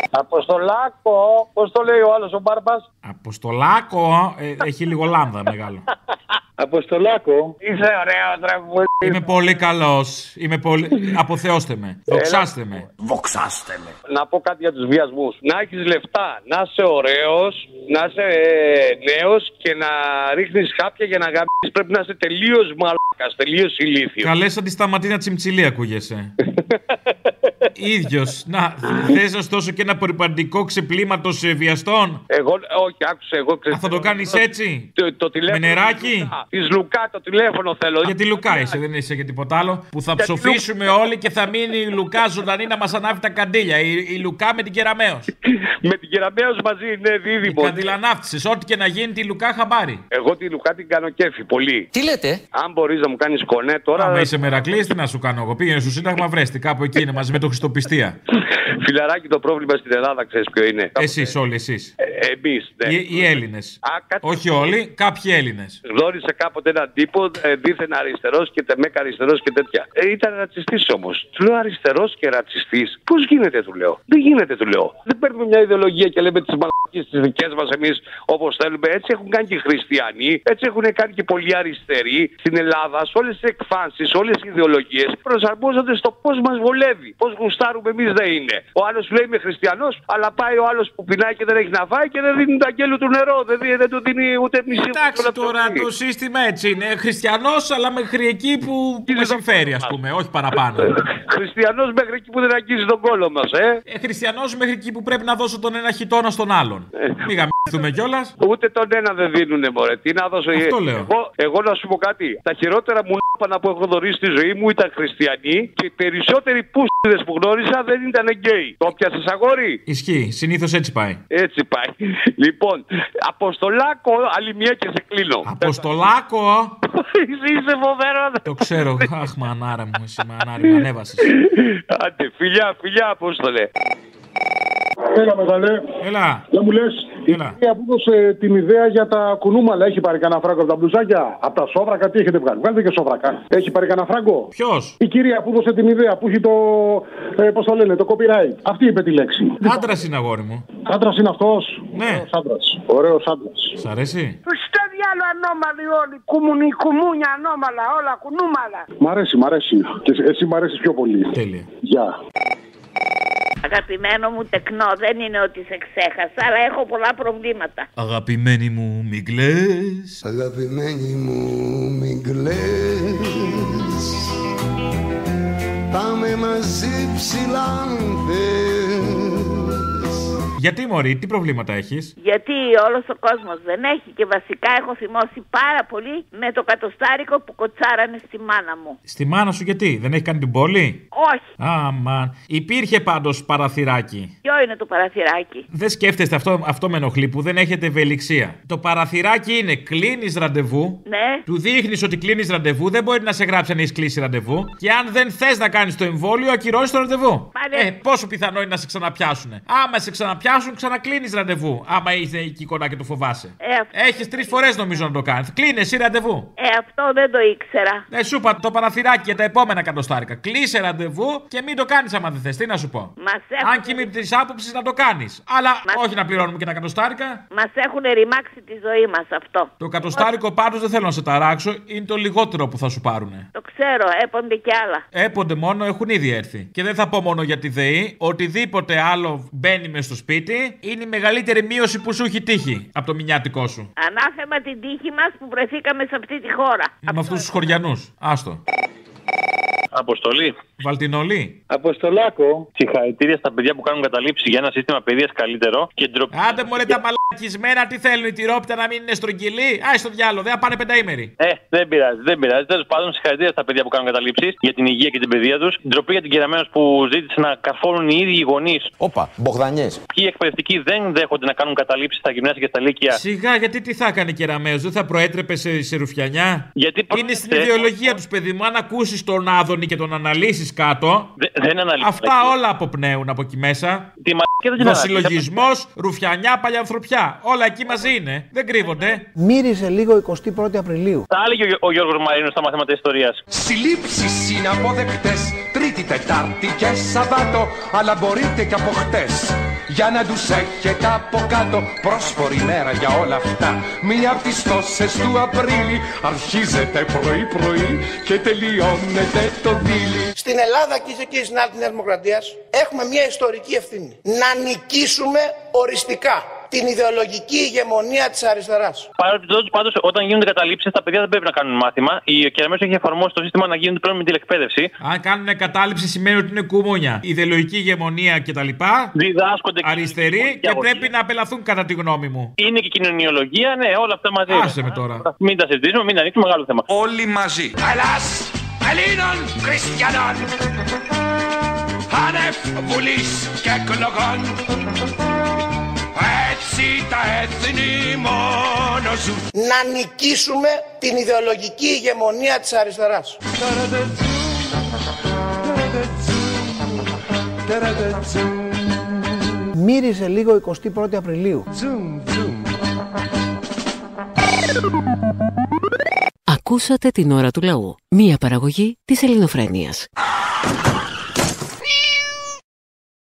Speaker 4: Αποστολάκο, πώς το λέει ο άλλος ο Μπάρμπας.
Speaker 2: Αποστολάκο, ε, έχει λίγο λάμδα μεγάλο.
Speaker 1: Αποστολάκο, είσαι ωραίο τραγούδι.
Speaker 2: Είμαι πολύ καλός. Είμαι πολύ... Αποθεώστε με. Δοξάστε με.
Speaker 1: Βοξάστε με. Να πω κάτι για τους βιασμούς. Να έχεις λεφτά, να είσαι ωραίος, να είσαι νέος και να ρίχνεις χάπια για να γαμπήσει. Πρέπει να είσαι τελείως μαλάκας, τελείως ηλίθιος.
Speaker 2: Καλές αντισταματίνα τσιμτσιλή, ακούγεσαι. ίδιος. Να, θες ωστόσο και ένα περιπαντικό ξεπλήματο βιαστών.
Speaker 1: Εγώ, όχι, άκουσα εγώ.
Speaker 2: Α, θα το κάνεις έτσι.
Speaker 1: Το, το τηλέφωνο.
Speaker 2: Με νεράκι.
Speaker 1: Της Λουκά το τηλέφωνο θέλω.
Speaker 2: Για τη Λουκά είσαι, δεν είσαι για τίποτα άλλο. Που θα ψοφήσουμε όλοι και θα μείνει η Λουκά ζωντανή να μας ανάβει τα καντήλια. Η, η Λουκά με την Κεραμαίο.
Speaker 1: με την λοιπόν. Κεραμαίο μαζί είναι δίδυμο.
Speaker 2: Η καντιλανάφτισε. Ό,τι και να γίνει τη Λουκά χαμπάρι.
Speaker 1: Εγώ τη Λουκά την κάνω κέφι πολύ.
Speaker 2: Τι λέτε.
Speaker 1: Αν μπορείς να μου κάνεις κονέ τώρα.
Speaker 2: Άμα είσαι μερακλής, τι να σου κάνω εγώ. Πήγαινε στο Σύνταγμα, βρέστη κάπου εκεί είναι μαζί με το Χριστοπιστία.
Speaker 1: Φιλαράκι, το πρόβλημα στην Ελλάδα ξέρεις ποιο είναι.
Speaker 2: Εσείς όλοι, εσείς.
Speaker 1: Ε, Εμείς, ναι.
Speaker 2: Οι, οι Έλληνες. Κάτι... Όχι όλοι, κάποιοι Έλληνες.
Speaker 1: Γνώρισε κάποτε έναν τύπο ε, δίθεν αριστερός και τεμέκα αριστερός και τέτοια. Ε, ήταν ρατσιστής όμως. Του λέω αριστερός και ρατσιστής. Πώς γίνεται, του λέω. Δεν γίνεται, του λέω. Δεν παίρνουμε μια ιδεολογία και λέμε τις μαλακίε τι δικές μας εμείς όπως θέλουμε. Έτσι έχουν κάνει και οι χριστιανοί, έτσι έχουν κάνει και πολλοί αριστεροί στην Ελλάδα. Όλες τις εκφάνσεις, όλε οι ιδεολογίες προσαρμόζονται στο πώς μας βολεύει. Πώς γουστάρουμε εμείς δεν είναι. Ο άλλος σου λέει είμαι χριστιανός, αλλά πάει ο άλλος που πεινάει και δεν έχει να φάει και δεν δίνει τα αγγέλου του νερό. Δεν, δίνει, δεν του δίνει ούτε μισή
Speaker 2: Εντάξει τώρα το σύστημα έτσι είναι. Χριστιανός, αλλά μέχρι εκεί που, που με συμφέρει, ας πούμε, όχι παραπάνω.
Speaker 1: Χριστιανός μέχρι εκεί που δεν αγγίζει τον κόλο μας, ε.
Speaker 2: ε Χριστιανός μέχρι εκεί που πρέπει να δώσω τον ένα χιτόνα στον άλλον. Μην γαμπηθούμε κιόλα.
Speaker 1: Ε. Ούτε τον ένα δεν δίνουνε, μωρέ. Τι να δώσω ε,
Speaker 2: Αυτό λέω.
Speaker 1: Εγώ, εγώ να σου πω κάτι. Τα χειρότερα μου λάπανα που έχω δωρήσει στη ζωή μου ήταν χριστιανοί και οι περισσότεροι πούστιδε που γνώρισα δεν ήταν γκέι. Το πιασε αγόρι.
Speaker 2: Ισχύει. Συνήθως έτσι πάει.
Speaker 1: Έτσι πάει. Λοιπόν, Αποστολάκο, άλλη μία και σε κλείνω.
Speaker 2: Αποστολάκο!
Speaker 1: Είσαι φοβερό.
Speaker 2: Το ξέρω. Αχ, μανάρα μου, εσύ μανάρι, με ανέβασες.
Speaker 1: Άντε, φιλιά, φιλιά, Απόστολε.
Speaker 27: Έλα, μεγάλε.
Speaker 2: Έλα.
Speaker 27: Δεν μου λες.
Speaker 2: Έλα.
Speaker 27: Η κυρία που έδωσε την ιδέα για τα κουνούμαλα έχει πάρει κανένα φράγκο από τα μπλουζάκια. Από τα σόβρακα τι έχετε βγάλει. Βγάλετε και σόβρακα. Έχει πάρει κανένα φράγκο.
Speaker 2: Ποιος.
Speaker 27: Η κυρία που έδωσε την ιδέα που έχει το. Ε, Πώς το λένε, το copyright. Αυτή είπε τη λέξη.
Speaker 2: Άντρας είναι αγόρι μου.
Speaker 27: Άντρας είναι αυτός.
Speaker 2: Ναι.
Speaker 27: Ωραίος άντρας.
Speaker 2: Σ' αρέσει.
Speaker 33: Στο διάλο ανώμαλοι όλοι. Κουμουνι, κουμούνια ανώμαλα, όλα κουνούμαλα.
Speaker 27: Μ' αρέσει, μ' αρέσει. Και εσύ μ' αρέσεις πιο πολύ.
Speaker 2: Τέλεια.
Speaker 27: Γεια.
Speaker 33: Αγαπημένο μου τεκνό, δεν είναι ότι σε ξέχασα, αλλά έχω πολλά προβλήματα.
Speaker 2: Αγαπημένη μου, μην κλαις.
Speaker 8: Αγαπημένη μου μην κλαις Πάμε μαζί ψηλά αν θες.
Speaker 2: Γιατί, Μωρή, τι προβλήματα έχεις.
Speaker 33: Γιατί όλος ο κόσμος δεν έχει και βασικά έχω θυμώσει πάρα πολύ με το κατοστάρικο που κοτσάρανε στη μάνα μου.
Speaker 2: Στη μάνα σου γιατί, δεν έχει κάνει την πόλη.
Speaker 33: Όχι.
Speaker 2: Αμαν. Υπήρχε πάντως παραθυράκι.
Speaker 33: Ποιο είναι το παραθυράκι.
Speaker 2: Δεν σκέφτεστε αυτό, αυτό με ενοχλεί που δεν έχετε ευελιξία. Το παραθυράκι είναι κλείνεις ραντεβού.
Speaker 33: Ναι.
Speaker 2: Του δείχνεις ότι κλείνεις ραντεβού, δεν μπορεί να σε γράψει αν έχεις κλείσει ραντεβού. Και αν δεν θες να κάνεις το εμβόλιο, ακυρώνει το ραντεβού.
Speaker 33: Μάλιστα.
Speaker 2: Ε, πόσο πιθανό είναι να σε ξαναπιάσουνε. Άμα σε ξαναπιάσουν, ξανακλείνει ραντεβού. Άμα είσαι εκεί κοντά και το φοβάσαι.
Speaker 33: Ε, αυτό-
Speaker 2: Έχεις τρεις φορέ νομίζω να το κάνεις. Κλείνεις εσύ ραντεβού.
Speaker 33: Ε, αυτό δεν το ήξερα.
Speaker 2: Ε, σου είπα το παραθυράκι για τα επόμενα κατοστάρικα. Κλείσε ραντεβού και μην το κάνεις άμα δεν θες. Τι να σου πω.
Speaker 33: Μας
Speaker 2: Αν και με της άποψης να το κάνεις. Αλλά όχι να πληρώνουμε και τα κατοστάρικα.
Speaker 33: Μας έχουν ρημάξει τη ζωή μας αυτό.
Speaker 2: Το κατοστάρικο πάντως δεν θέλω να σε ταράξω. Είναι το λιγότερο που θα σου πάρουνε.
Speaker 33: Το ξέρω, έπονται κι άλλα.
Speaker 2: Έπονται μόνο, έχουν ήδη έρθει. Και δεν θα πω μόνο για τη ΔΕΗ. Οτιδήποτε άλλο μπαίνει μες στο σπίτι είναι η μεγαλύτερη μείωση που σου έχει τύχει από το μηνιάτικό σου.
Speaker 33: Ανάθεμα την τύχη μας που βρεθήκαμε σε αυτή τη χώρα.
Speaker 2: Με αυτούς τους χωριανούς. Άστο.
Speaker 12: Αποστολή.
Speaker 2: Βαλτινολή.
Speaker 12: Αποστολάκο. Συγχαρητήρια στα παιδιά που κάνουν καταλήψεις για ένα σύστημα παιδείας καλύτερο και ντροπή.
Speaker 2: Άντε μωρέ τα μαλακισμένα, τι θέλουν οι τυρόπιτα να μην είναι στρογγυλοί. Α, στο διάλογο, δεν θα πάνε πενταήμεροι.
Speaker 12: Ε, δεν πειράζει, δεν πειράζει. Τέλος πάντων, συγχαρητήρια στα παιδιά που κάνουν καταλήψεις για την υγεία και την παιδεία τους. Ντροπή για την κεραμένο που ζήτησε να καθόλουν οι ίδιοι οι γονείς.
Speaker 34: Όπα, Μπογδανιές.
Speaker 12: Ποιοι εκπαιδευτικοί δεν δέχονται να κάνουν καταλήψεις στα γυμνάσια και στα λύκεια.
Speaker 2: Σιγά, γιατί τι θα έκανε κεραμέο, δεν θα προέτρεπε σε, σε ρουφιανιά.
Speaker 12: Γιατί
Speaker 2: Είναι στην
Speaker 12: λοιπόν?
Speaker 2: ιδεολογία τους, παιδί μου. Αν ακούσεις τον Άδωνη και τον αναλύσεις κάτω.
Speaker 12: δεν αναλύω.
Speaker 2: Αυτά όλα αποπνέουν από εκεί μέσα.
Speaker 12: Τι μαλακία δεν
Speaker 2: Δοσυλλογισμό, ρουφιανιά, παλιανθρωπιά. Όλα εκεί μαζί είναι. Δεν κρύβονται.
Speaker 3: Μύριζε λίγο 21η Απριλίου.
Speaker 12: Τα έλεγε ο Γιώ- ο Γιώργος Μαρίνος στα μαθήματα ιστορίας.
Speaker 8: Συλλήψεις είναι αποδεκτές Τρίτη, Τετάρτη και Σαββάτο Αλλά μπορείτε και από χτες
Speaker 27: Για να τους έχετε από κάτω Πρόσφορη μέρα για όλα αυτά Μία από τις τόσες του Απρίλη Αρχίζεται πρωί πρωί Και τελειώνεται το δίλη
Speaker 3: Στην Ελλάδα και και στην άλλη Νέας Δημοκρατίας έχουμε μια ιστορική ευθύνη. Να νικήσουμε οριστικά την ιδεολογική ηγεμονία της αριστεράς.
Speaker 12: Παρότι τότε πάντως όταν γίνονται καταλήψεις, τα παιδιά δεν πρέπει να κάνουν μάθημα. Η Κεραμέο έχει εφαρμόσει το σύστημα να γίνονται πλέον με τηλεκπαίδευση.
Speaker 2: Αν κάνουν κατάληψη σημαίνει ότι είναι κουμούνια. Ιδεολογική ηγεμονία κτλ.
Speaker 12: Διδάσκονται
Speaker 2: αριστεροί και
Speaker 12: όχι.
Speaker 2: πρέπει να απελαθούν κατά τη γνώμη μου.
Speaker 12: Είναι και κοινωνιολογία, ναι, όλα αυτά μαζί.
Speaker 2: Άσε με τώρα.
Speaker 12: Μην τα συζητήσουμε, μην ανοίξουμε μεγάλο θέμα.
Speaker 27: Όλοι μαζί. Ελλάς Ελλήνων Χριστιανών Άνευ βουλής και εκλογών
Speaker 3: Έτσι τα έθνη μόνο Να νικήσουμε την ιδεολογική ηγεμονία της αριστεράς.
Speaker 8: Μύριζε λίγο 21η Απριλίου.
Speaker 35: Ακούσατε την ώρα του λαού. Μία παραγωγή της ελληνοφρένειας.